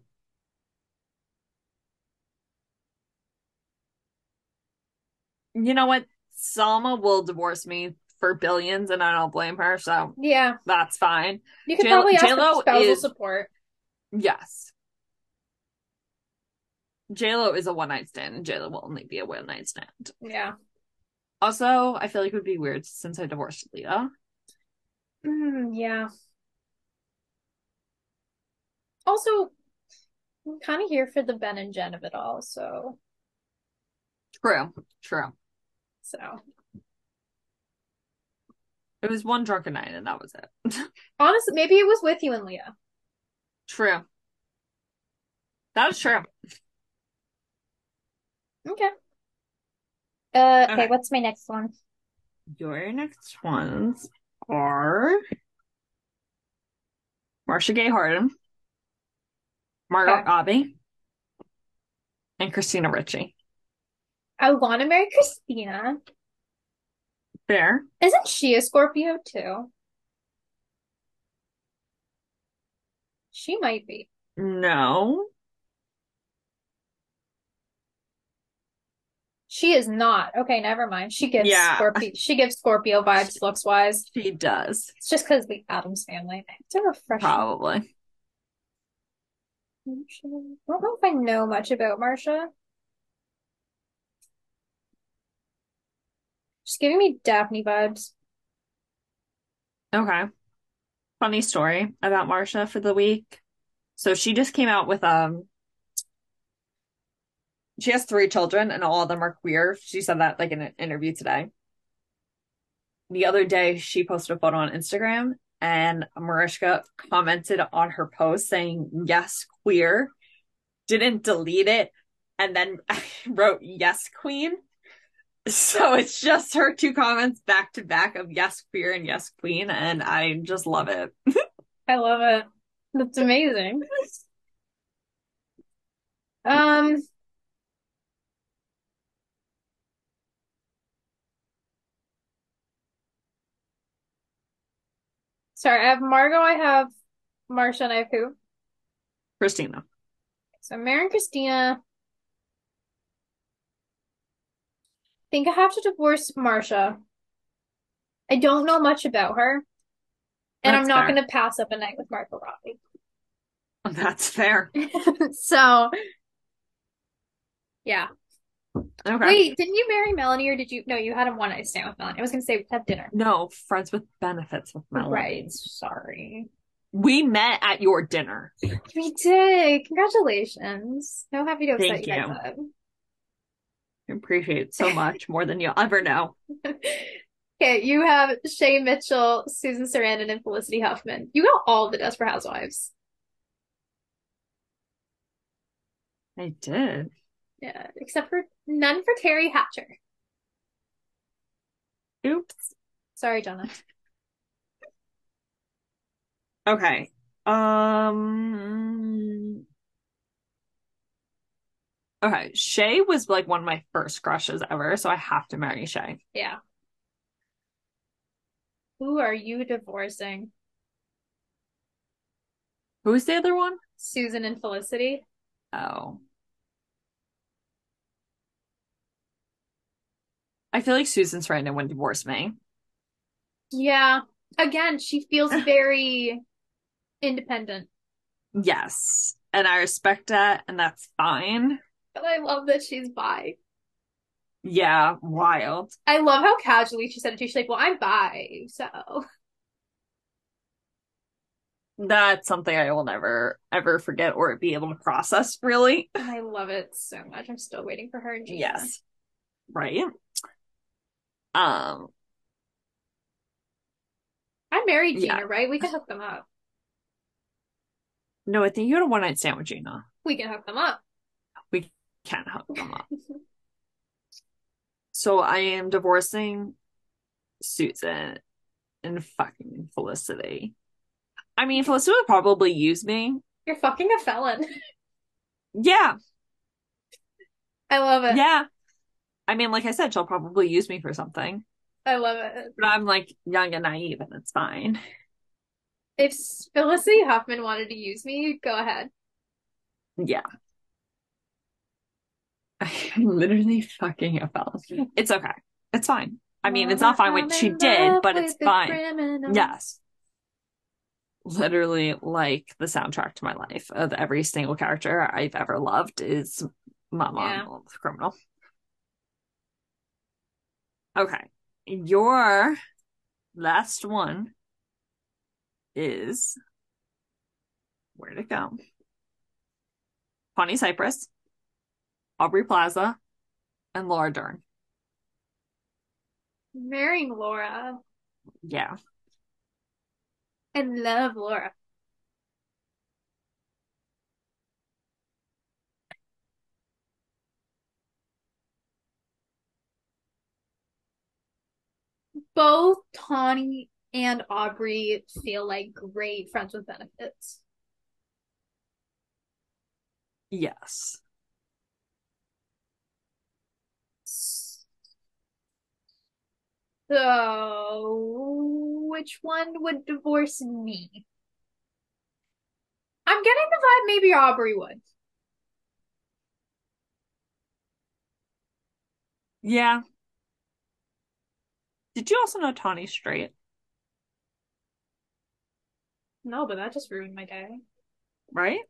Speaker 4: you know what? Salma will divorce me for billions, and I don't blame her, so
Speaker 3: Yeah,
Speaker 4: that's fine.
Speaker 3: you could
Speaker 4: J-
Speaker 3: probably ask
Speaker 4: J-Lo
Speaker 3: for spousal
Speaker 4: is-
Speaker 3: support.
Speaker 4: Yes. J-Lo is a one-night stand, and J-Lo will only be a one-night stand.
Speaker 3: Yeah.
Speaker 4: Also, I feel like it would be weird since I divorced Leah.
Speaker 3: Mm, yeah. Also, I'm kind of here for the Ben and Jen of it all, so
Speaker 4: True, true.
Speaker 3: so
Speaker 4: It was one drunken night and that was it.
Speaker 3: honestly, maybe it was with you and Leah.
Speaker 4: True. That is true.
Speaker 3: Okay. Uh, okay,
Speaker 4: Okay.
Speaker 3: what's my next one?
Speaker 4: Your next ones are Marcia Gay Harden, Margaret
Speaker 3: Okay.
Speaker 4: Abbey, and Christina Ritchie.
Speaker 3: I want to marry Christina.
Speaker 4: Fair.
Speaker 3: Isn't she a Scorpio too? She might be.
Speaker 4: No.
Speaker 3: She is not. Okay, never mind. She gives
Speaker 4: Yeah.
Speaker 3: Scorpio she gives Scorpio vibes looks wise.
Speaker 4: She does.
Speaker 3: It's just because the Adams family. I have to refresh my
Speaker 4: Probably.
Speaker 3: Marsha. I don't know if I know much about Marsha. She's giving me Daphne vibes.
Speaker 4: Okay. Funny story about Marcia for the week. So she just came out with um she has three children and all of them are queer. She said that like in an interview today. The other day she posted a photo on Instagram and Mariska commented on her post saying yes queer, didn't delete it, and then wrote yes queen. So it's just her two comments back to back of yes queer and yes queen, and I just love it.
Speaker 3: I love it. That's amazing. Um, sorry, I have Margot, I have Marsha, and I have who?
Speaker 4: Christina.
Speaker 3: So Mary and Christina. Think I have to divorce Marsha. I don't know much about her, and I'm
Speaker 4: That's
Speaker 3: not
Speaker 4: fair.
Speaker 3: gonna pass up a night with Margot Robbie.
Speaker 4: That's fair.
Speaker 3: So, yeah.
Speaker 4: Okay.
Speaker 3: Wait, didn't you marry Melanie or did you? No, you had a one night stand with Melanie. I was gonna say have dinner.
Speaker 4: No, friends with benefits with Melanie.
Speaker 3: Right. Sorry.
Speaker 4: We met at your dinner.
Speaker 3: We did. Congratulations. So happy to have set
Speaker 4: Thank
Speaker 3: you guys
Speaker 4: you.
Speaker 3: up.
Speaker 4: I appreciate it so much more than you'll ever know.
Speaker 3: Okay, you have Shay Mitchell, Susan Sarandon, and Felicity Huffman. You got all of the Desperate Housewives.
Speaker 4: I did.
Speaker 3: Yeah, except for none for Terry Hatcher.
Speaker 4: Oops.
Speaker 3: Sorry, Jonah.
Speaker 4: Okay. Um. Okay. Shay was like one of my first crushes ever, so I have to marry Shay.
Speaker 3: Yeah. Who are you divorcing?
Speaker 4: Who's the other one?
Speaker 3: Susan and Felicity?
Speaker 4: Oh. I feel like Susan Sarandon would divorce me.
Speaker 3: Yeah. Again, she feels very independent.
Speaker 4: Yes. And I respect that, and that's fine.
Speaker 3: But I love that she's bi.
Speaker 4: Yeah, wild.
Speaker 3: I love how casually she said it too. She's like, well, I'm bi, so.
Speaker 4: That's something I will never, ever forget or be able to process, really.
Speaker 3: And I love it so much. I'm still waiting for her and Gina.
Speaker 4: Yes. Right? Um,
Speaker 3: I married Gina,
Speaker 4: Yeah.
Speaker 3: right? We can hook them up.
Speaker 4: no, I think you had a one night stand with Gina.
Speaker 3: We can hook them up.
Speaker 4: Can't hook them up. So I am divorcing Susan and fucking Felicity. I mean, Felicity would probably use me.
Speaker 3: You're fucking a felon.
Speaker 4: Yeah,
Speaker 3: I love it.
Speaker 4: yeah. I mean, like I said, she'll probably use me for something.
Speaker 3: I love it.
Speaker 4: But I'm like young and naive, and it's fine.
Speaker 3: If Felicity Huffman wanted to use me, go ahead.
Speaker 4: Yeah. I'm literally fucking a felon. It's okay. It's fine. I mean, it's not fine what she
Speaker 3: I'm in
Speaker 4: did,
Speaker 3: love
Speaker 4: but
Speaker 3: with
Speaker 4: it's
Speaker 3: the
Speaker 4: fine.
Speaker 3: criminal.
Speaker 4: Yes. Literally, like the soundtrack to my life of every single character I've ever loved is Mama
Speaker 3: Yeah.
Speaker 4: on the Criminal. Okay. Your last one is where'd it go? Pawnee Cypress, Aubrey Plaza, and Laura Dern.
Speaker 3: Marrying Laura.
Speaker 4: Yeah.
Speaker 3: and love Laura. both Tawny and Aubrey feel like great friends with benefits.
Speaker 4: Yes.
Speaker 3: So, which one would divorce me? I'm getting the vibe maybe Aubrey would.
Speaker 4: Yeah. Did you also know Tawny's straight?
Speaker 3: No, but that just ruined my day.
Speaker 4: Right?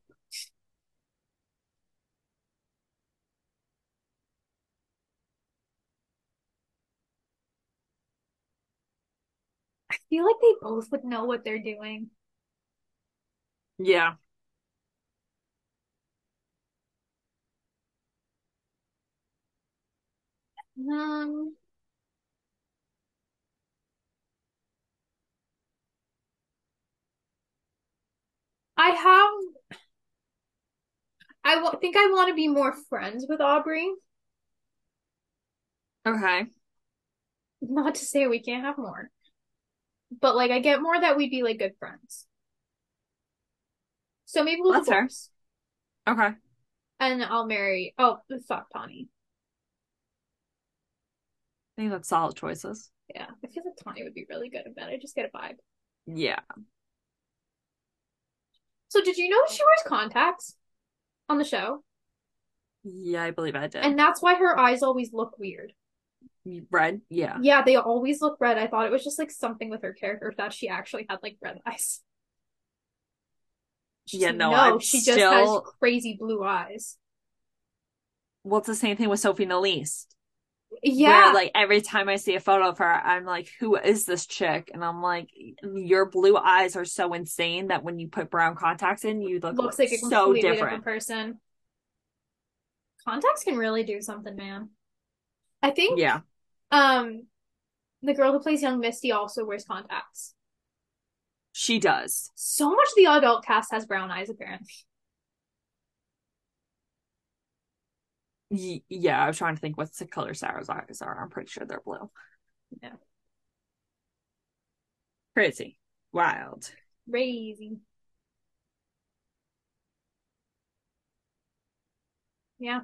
Speaker 3: I feel like they both would know what they're doing.
Speaker 4: Yeah.
Speaker 3: Um, I have. I w- think I want to be more friends with Aubrey.
Speaker 4: Okay.
Speaker 3: Not to say we can't have more, but like I get more that we'd be like good friends. So maybe we'll
Speaker 4: That's fair.
Speaker 3: divorce
Speaker 4: Okay.
Speaker 3: and I'll marry. Oh, fuck Tawny.
Speaker 4: I think that's solid choices.
Speaker 3: Yeah, I feel like Tawny would be really good at that. I just get a vibe.
Speaker 4: Yeah.
Speaker 3: So did you know she wears contacts on the show?
Speaker 4: Yeah, I believe I did.
Speaker 3: And that's why her eyes always look weird.
Speaker 4: Red? Yeah.
Speaker 3: Yeah, they always look red. I thought it was just like something with her character that she actually had like red eyes. She's
Speaker 4: Yeah,
Speaker 3: like,
Speaker 4: no, I'm
Speaker 3: she just
Speaker 4: still-
Speaker 3: has crazy blue eyes.
Speaker 4: Well, it's the same thing with Sophie Nelise.
Speaker 3: Yeah,
Speaker 4: Where, like every time I see a photo of her, I'm like, who is this chick? And I'm like, your blue eyes are so insane that when you put brown contacts in, you look
Speaker 3: looks like a
Speaker 4: so
Speaker 3: completely
Speaker 4: different.
Speaker 3: different. person. Contacts can really do something, man. I think
Speaker 4: Yeah.
Speaker 3: um the girl who plays young Misty also wears contacts.
Speaker 4: She does.
Speaker 3: So much of the adult cast has brown eyes apparently.
Speaker 4: Y- yeah, I was trying to think what's the color Sarah's eyes are. I'm pretty sure they're blue.
Speaker 3: Yeah.
Speaker 4: Crazy. Wild.
Speaker 3: Crazy. Yeah.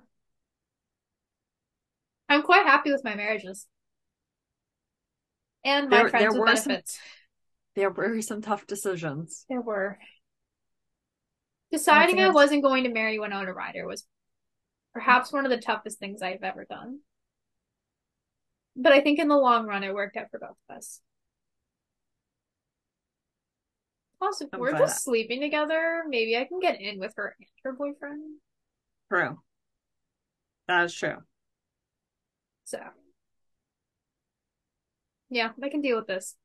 Speaker 3: I'm quite happy with my marriages. And my
Speaker 4: There-
Speaker 3: friends
Speaker 4: there
Speaker 3: with
Speaker 4: were some-
Speaker 3: benefits.
Speaker 4: There were some tough decisions.
Speaker 3: There were. Deciding I
Speaker 4: Yes.
Speaker 3: wasn't going to marry Winona Ryder was perhaps one of the toughest things I've ever done. But I think in the long run, it worked out for both of us. Also, if
Speaker 4: I'm
Speaker 3: we're
Speaker 4: glad
Speaker 3: just sleeping together. Maybe I can get in with her and her boyfriend.
Speaker 4: True. That is true.
Speaker 3: So, yeah, I can deal with this.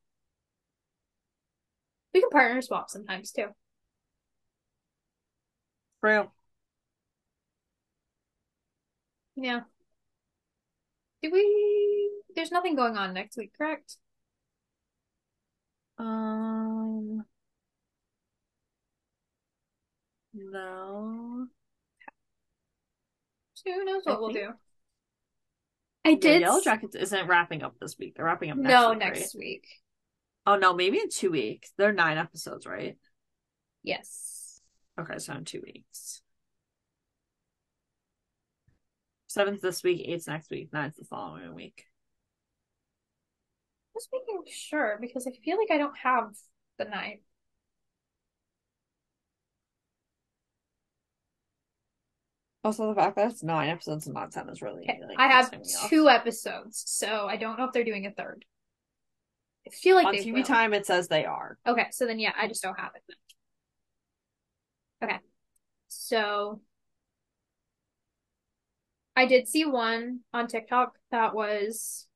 Speaker 3: We can partner swap sometimes too.
Speaker 4: True.
Speaker 3: Yeah. Do we? There's nothing going on next week, correct?
Speaker 4: Um. No.
Speaker 3: So who knows
Speaker 4: I
Speaker 3: what we'll
Speaker 4: think-
Speaker 3: do? I
Speaker 4: The
Speaker 3: did.
Speaker 4: Yellow
Speaker 3: s-
Speaker 4: Jackets isn't wrapping up this week. They're wrapping up next
Speaker 3: No,
Speaker 4: week,
Speaker 3: next week.
Speaker 4: right? Oh no, maybe in two weeks. They're nine episodes, right?
Speaker 3: Yes.
Speaker 4: Okay, so in two weeks. Seventh this week, eight's next week, ninth's the following week.
Speaker 3: Just making sure because I feel like I don't have the knife.
Speaker 4: Also, the fact that it's nine episodes a month is really
Speaker 3: Okay,
Speaker 4: like,
Speaker 3: I have
Speaker 4: pissing me off.
Speaker 3: two episodes, so I don't know if they're doing a third. I feel like
Speaker 4: on
Speaker 3: they
Speaker 4: TV
Speaker 3: will.
Speaker 4: time. It says they are.
Speaker 3: Okay, so then yeah, I just don't have it then. Okay. So I did see one on TikTok that was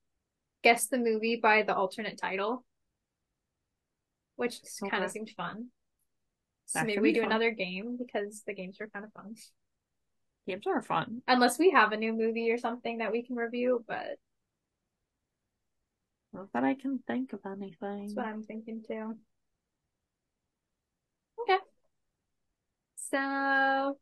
Speaker 3: guess the movie by the alternate title, which just kind
Speaker 4: Okay.
Speaker 3: of seemed fun. So
Speaker 4: That
Speaker 3: maybe
Speaker 4: could
Speaker 3: we
Speaker 4: be
Speaker 3: do
Speaker 4: fun.
Speaker 3: another game because the games are kind of fun.
Speaker 4: Games are fun.
Speaker 3: Unless we have a new movie or something that we can review, but
Speaker 4: Not that I can think of anything.
Speaker 3: That's what I'm thinking too. Okay. So,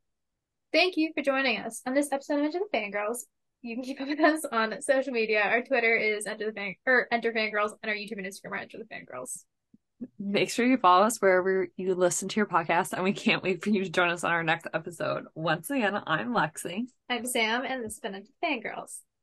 Speaker 3: thank you for joining us on this episode of Into the Fangirls. You can keep up with us on social media. Our Twitter is Enter the Fan or Enter Fangirls, and our YouTube and Instagram are Enter the Fangirls.
Speaker 4: Make sure you follow us wherever you listen to your podcast, and we can't wait for you to join us on our next episode. Once again, I'm Lexi.
Speaker 3: I'm Sam, and this has been Enter the Fangirls.